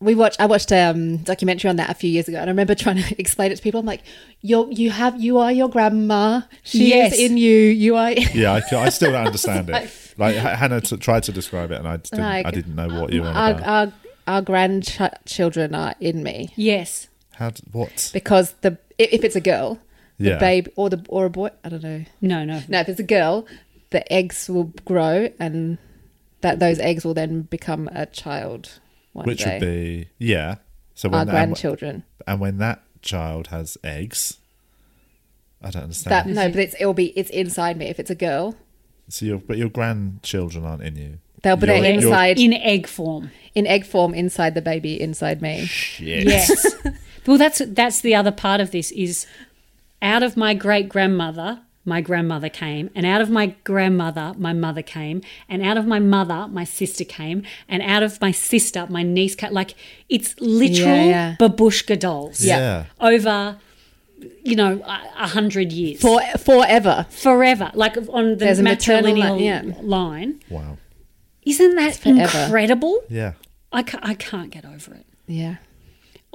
Speaker 3: we watched. I watched a um, documentary on that a few years ago, and I remember trying to explain it to people. I'm like, "You, you have, you are your grandma. She
Speaker 5: Yes.
Speaker 3: is in you. You are."
Speaker 4: Yeah, I, c- I still don't understand it.
Speaker 3: It's
Speaker 4: Like H- Hannah t- tried to describe it, and I just didn't, I
Speaker 3: Like,
Speaker 4: didn't know what you were on
Speaker 3: our,
Speaker 4: about.
Speaker 3: our our grandchildren are in me.
Speaker 5: Yes,
Speaker 4: How? d- What?
Speaker 3: because the if, if it's a girl, the
Speaker 4: Yeah.
Speaker 3: babe or the or a boy, I don't know.
Speaker 5: No, no,
Speaker 3: no. If it's a girl, the eggs will grow, and that those eggs will then become a child. One
Speaker 4: Which
Speaker 3: day.
Speaker 4: would be Uh, yeah. So
Speaker 3: Our
Speaker 4: that- and wh-
Speaker 3: grandchildren.
Speaker 4: and when that child has eggs, I don't understand.
Speaker 3: that no, but it's it'll be it's inside me. If it's a girl,
Speaker 4: So your but your grandchildren aren't in you.
Speaker 3: They'll be
Speaker 4: Your- your-
Speaker 3: inside
Speaker 5: in egg form.
Speaker 3: In egg form, inside the baby, inside me.
Speaker 4: Shit.
Speaker 5: Yes. well, that's that's the other part of this is out of my great grandmother, my grandmother came, and out of my grandmother, my mother came, and out of my mother, my sister came, and out of my sister, my niece came. Like it's literal
Speaker 3: Yeah, yeah.
Speaker 5: babushka dolls.
Speaker 3: Yeah. Yeah.
Speaker 5: Over. You know, a a hundred years
Speaker 3: For forever,
Speaker 5: forever, like on the
Speaker 3: There's a maternal
Speaker 5: matrilineal
Speaker 3: li- yeah.
Speaker 5: line.
Speaker 4: Wow.
Speaker 5: Isn't that
Speaker 3: forever.
Speaker 5: incredible?
Speaker 4: Yeah.
Speaker 5: I can't, I can't get over it.
Speaker 3: Yeah.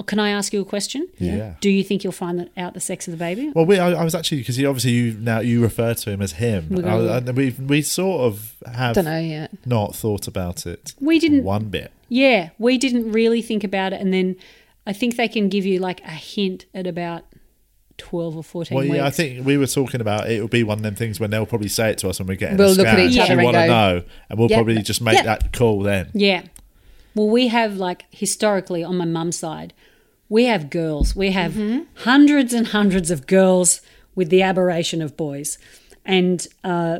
Speaker 5: Can I ask you a question?
Speaker 4: Yeah. Yeah.
Speaker 5: Do you think you'll find that out the sex of the baby?
Speaker 4: Well, we, I, I was actually because obviously you now you refer to him as him.
Speaker 5: We're
Speaker 4: And
Speaker 5: gonna
Speaker 4: I, and we we sort of have
Speaker 5: Dunno yet.
Speaker 4: not thought about it.
Speaker 5: We didn't-
Speaker 4: one bit.
Speaker 5: Yeah, we didn't really think about it, and then I think they can give you like a hint at about twelve or fourteen
Speaker 4: Well,
Speaker 5: weeks.
Speaker 4: yeah, I think we were talking about it would be one of them things when they'll probably say it to us when we get in
Speaker 5: We'll
Speaker 4: the
Speaker 5: look at
Speaker 4: scan.
Speaker 5: each
Speaker 4: "Do
Speaker 5: other
Speaker 4: you
Speaker 5: and
Speaker 4: want to
Speaker 5: go,
Speaker 4: know, and we'll
Speaker 5: "Yep,
Speaker 4: probably just make
Speaker 5: yep."
Speaker 4: that call then.
Speaker 5: Yeah. Well, we have like historically on my mum's side, we have girls. We have hundreds and hundreds of girls with the aberration of boys. And uh,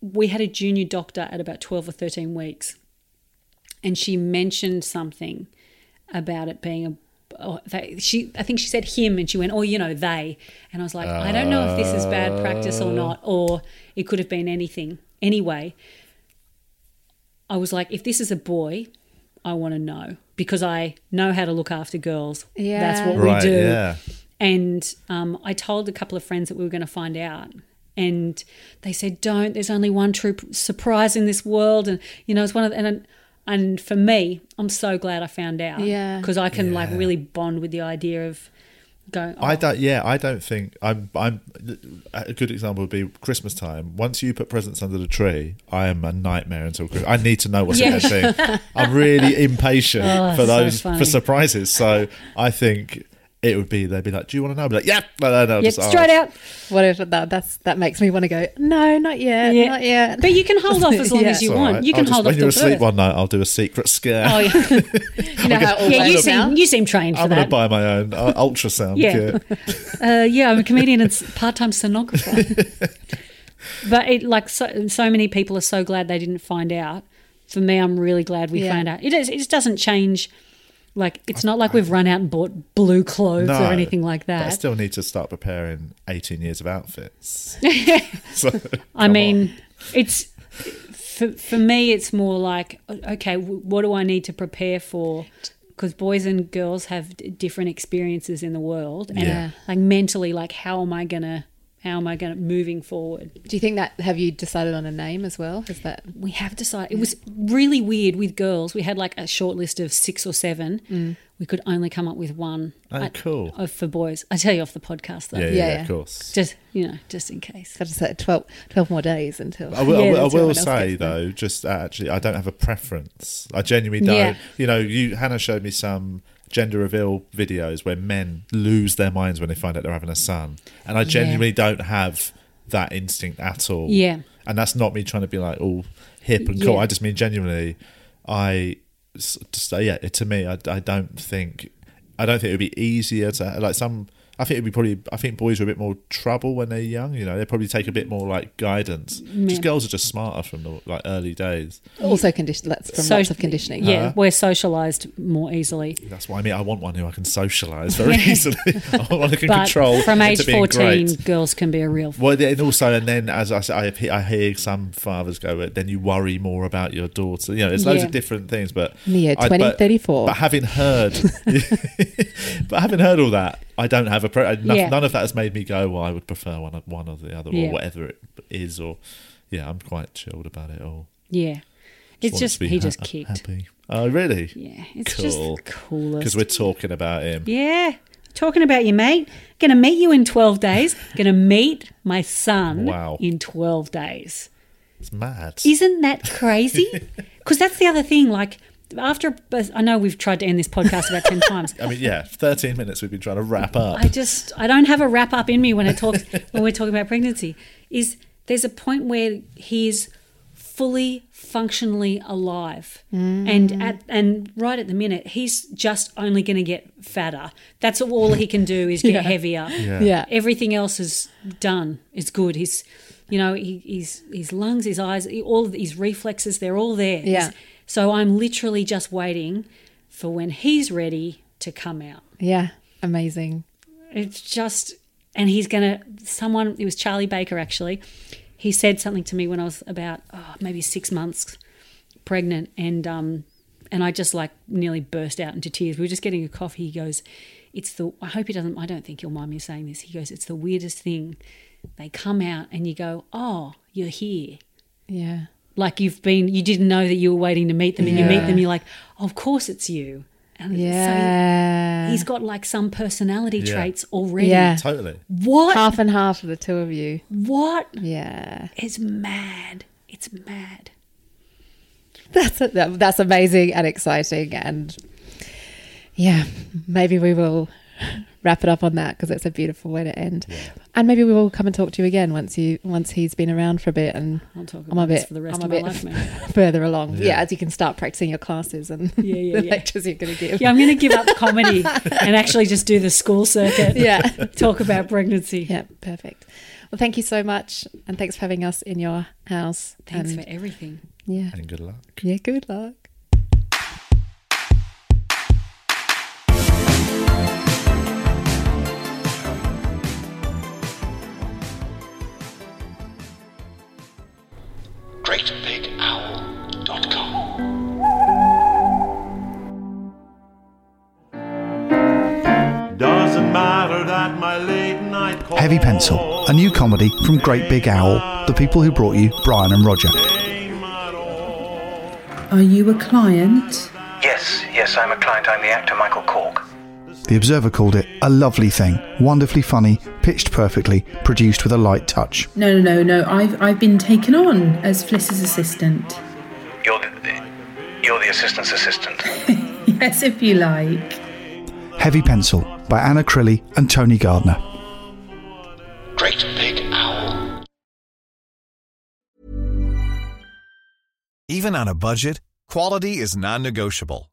Speaker 5: we had a junior doctor at about 12 or 13 weeks. And she mentioned something about it being a. Oh, they, she, I think she said him, and she went, "Oh, you know, they." And I was like, "I don't know if this is bad practice or not, or it could have been anything." Anyway, I was like, if this is a boy, I want to know because I know how to look after girls.
Speaker 3: Yeah.
Speaker 5: That's what
Speaker 4: Right,
Speaker 5: we do.
Speaker 4: yeah.
Speaker 5: And um, I told a couple of friends that we were going to find out. And they said, don't, there's only one true p- surprise in this world. And, you know, it's one of the, and, and for me, I'm so glad I found out.
Speaker 3: Yeah.
Speaker 5: Because I can like
Speaker 4: Yeah.
Speaker 5: really bond with the idea of going, "Oh,
Speaker 4: I don't. Yeah, I don't think I'm. I'm. A good example would be Christmas time. Once you put presents under the tree, I am a nightmare until Christmas. I need to know what's
Speaker 5: Yeah.
Speaker 4: in that thing. I'm really impatient
Speaker 5: Oh,
Speaker 4: for
Speaker 5: that's so
Speaker 4: those
Speaker 5: funny.
Speaker 4: for surprises. So I think it would be they'd be like, "Do you want to know?" I'd be like, "Yeah, no, no, no."
Speaker 3: Yeah,
Speaker 4: just
Speaker 3: straight
Speaker 4: ask.
Speaker 3: out. What if that? That's that makes me want to go. No, not yet.
Speaker 5: Yeah.
Speaker 3: Not yet.
Speaker 5: But you can hold off as long
Speaker 3: Yeah.
Speaker 5: as you
Speaker 4: It's all
Speaker 5: want.
Speaker 4: right.
Speaker 5: You
Speaker 4: I'll
Speaker 5: can
Speaker 4: just-
Speaker 5: hold
Speaker 4: when
Speaker 5: off
Speaker 4: you're
Speaker 5: till
Speaker 4: asleep
Speaker 5: birth.
Speaker 4: one night. I'll do a secret scare.
Speaker 5: Oh, yeah.
Speaker 3: You know how it all
Speaker 5: yeah, you
Speaker 3: works now?
Speaker 5: seem, you seem trained for
Speaker 4: I'm
Speaker 5: that.
Speaker 4: going to buy my own uh, ultrasound
Speaker 5: Yeah.
Speaker 4: kit.
Speaker 5: uh, yeah, I'm a comedian and s- part-time sonographer. but it like so, so many people are so glad they didn't find out. For me, I'm really glad we
Speaker 3: Yeah.
Speaker 5: found out. It is, it doesn't change. Like it's not like we've run out and bought blue clothes or anything like
Speaker 4: But I
Speaker 5: that.
Speaker 4: still need to start preparing 18 years of outfits. So,
Speaker 5: I
Speaker 4: come
Speaker 5: mean, it's for, for me. It's more like okay, w- what do I need to prepare for? Because boys and girls have d- different experiences in the world, and
Speaker 3: Yeah.
Speaker 5: like mentally, like how am I gonna how am I gonna moving forward?
Speaker 3: Do you think that? Have you decided on a name as well? Is that
Speaker 5: we have decided it was really weird with girls we had like a short list of six or seven
Speaker 3: Mm.
Speaker 5: we could only come up with one
Speaker 4: Oh,
Speaker 5: I-
Speaker 4: cool.
Speaker 5: of- for boys i tell you off the podcast though
Speaker 4: Yeah, yeah, Yeah, yeah, of yeah. course.
Speaker 5: just you know just in case
Speaker 3: Got to say 12, 12 more days until.
Speaker 4: I will, I
Speaker 5: Yeah,
Speaker 4: will, I
Speaker 5: that's
Speaker 4: will
Speaker 5: everyone else
Speaker 4: say
Speaker 5: gets
Speaker 4: though, just uh, actually, I don't have a preference. I genuinely don't.
Speaker 5: Yeah.
Speaker 4: You know, you Hannah showed me some gender reveal videos where men lose their minds when they find out they're having a son, and I
Speaker 5: Yeah.
Speaker 4: genuinely don't have that instinct at all.
Speaker 5: Yeah.
Speaker 4: and that's not me trying to be like all hip and cool.
Speaker 5: Yeah.
Speaker 4: I just mean genuinely, I uh, s- just yeah. To me, I, I don't think I don't think it would be easier to like some. I think it'd be probably. I think boys are a bit more trouble when they're young. You know, they probably take a bit more like guidance.
Speaker 5: Mm, Yeah.
Speaker 4: Just girls are just smarter from the like early days.
Speaker 3: Also, condition that's from
Speaker 5: So-
Speaker 3: lots of conditioning.
Speaker 5: Yeah,
Speaker 4: Huh?
Speaker 5: we're socialized more easily.
Speaker 4: That's why I mean. I want one who I can socialise very easily. I want who can
Speaker 5: but
Speaker 4: control
Speaker 5: from
Speaker 4: into
Speaker 5: age
Speaker 4: being great.
Speaker 5: 14, girls can be a real
Speaker 4: Well, then also, and then as I say, I, he- I hear some fathers go, then you worry more about your daughter. You know, there's loads
Speaker 3: Yeah.
Speaker 4: of different things, but
Speaker 3: In the year
Speaker 4: I-
Speaker 3: 2034.
Speaker 4: But, but having heard, but having heard all that, I don't have a pro. None,
Speaker 5: Yeah.
Speaker 4: none of that has made me go. Well, I would prefer one, one or the other,
Speaker 5: Yeah.
Speaker 4: or whatever it is, or yeah, I'm quite chilled about it all.
Speaker 5: Yeah.
Speaker 4: Just
Speaker 5: It's
Speaker 4: want
Speaker 5: just,
Speaker 4: to be
Speaker 5: he
Speaker 4: ha-
Speaker 5: just kicked.
Speaker 4: Happy. Oh, really?
Speaker 5: Yeah, it's just the coolest.
Speaker 4: because we're talking about him.
Speaker 5: Yeah. Talking about you, mate. Gonna meet you in 12 days. Gonna meet my son
Speaker 4: Wow.
Speaker 5: in 12 days.
Speaker 4: It's mad.
Speaker 5: Isn't that crazy? Because that's the other thing. Like, after I know we've tried to end this podcast about 10 times.
Speaker 4: I mean, yeah, 13 minutes we've been trying to wrap up.
Speaker 5: I just I don't have a wrap up in me when I talk when we're talking about pregnancy. Is there's a point where he is fully functionally alive,
Speaker 3: Mm.
Speaker 5: and at and right at the minute he's just only going to get fatter. That's all he can do is get
Speaker 3: Yeah.
Speaker 5: heavier.
Speaker 3: Yeah. Oh, Yeah.
Speaker 5: everything else is done. It's good. He's you know he, he's his lungs, his eyes, he- all of his reflexes, they're all there.
Speaker 3: Yeah.
Speaker 5: So I'm literally just waiting for when he's ready to come out.
Speaker 3: Yeah, amazing.
Speaker 5: It's just, and he's gonna. Someone, it was Charlie Baker actually. He said something to me when I was about oh, maybe six months pregnant, and um, and I just like nearly burst out into tears. We were just getting a coffee. He goes, "It's the. I hope he doesn't. I don't think he'll mind me saying this." He goes, "It's the weirdest thing. They come out, and you go, oh, you're here."
Speaker 3: Yeah.
Speaker 5: Like you've been, you didn't know that you were waiting to meet them, and you meet
Speaker 3: Yeah.
Speaker 5: them, you're like, of course it's you. And
Speaker 3: Yeah.
Speaker 5: so he's got like some personality
Speaker 3: Yeah.
Speaker 5: traits already.
Speaker 3: Yeah.
Speaker 4: Totally.
Speaker 5: What?
Speaker 3: Half and half of the two of you.
Speaker 5: What?
Speaker 3: Yeah.
Speaker 5: It's mad. It's mad.
Speaker 3: That's that, that's amazing and exciting and yeah, maybe we will wrap it up on that because it's a beautiful way to end. And maybe we will come and talk to you again once you once he's been around for a bit and
Speaker 5: I'll talk
Speaker 3: I'm a
Speaker 5: about this
Speaker 3: bit
Speaker 5: for the rest
Speaker 3: I'm
Speaker 5: of
Speaker 3: a
Speaker 5: my
Speaker 3: bit
Speaker 5: life, mate.
Speaker 3: further along. Yeah.
Speaker 5: Yeah.
Speaker 3: as you can start practicing your classes and
Speaker 5: Yeah, yeah,
Speaker 3: the
Speaker 5: yeah.
Speaker 3: lectures you're going to give.
Speaker 5: Yeah, I'm going to give up comedy and actually just do the school circuit.
Speaker 3: Yeah.
Speaker 5: Talk about pregnancy.
Speaker 3: Yeah, perfect. Well, thank you so much and thanks for having us in your house.
Speaker 5: Thanks
Speaker 3: and
Speaker 5: for everything.
Speaker 3: Yeah.
Speaker 4: And good luck.
Speaker 3: Yeah, good luck.
Speaker 7: Doesn't matter that my late night call
Speaker 10: Heavy Pencil, a new comedy from Great Big Owl, the people who brought you Brian and Roger.
Speaker 11: Are you a client?
Speaker 12: Yes, yes, I'm a client. I'm the actor Michael Cork.
Speaker 10: The Observer called it a lovely thing, wonderfully funny, pitched perfectly, produced with a light touch.
Speaker 11: No, no, no, no. I've I've been taken on as Fliss's assistant.
Speaker 12: You're the, the you're the assistant's assistant.
Speaker 11: yes, if you like.
Speaker 10: Heavy Pencil by Anna Crilly and Tony Gardner.
Speaker 2: Great Big Owl.
Speaker 13: Even on a budget, quality is non-negotiable.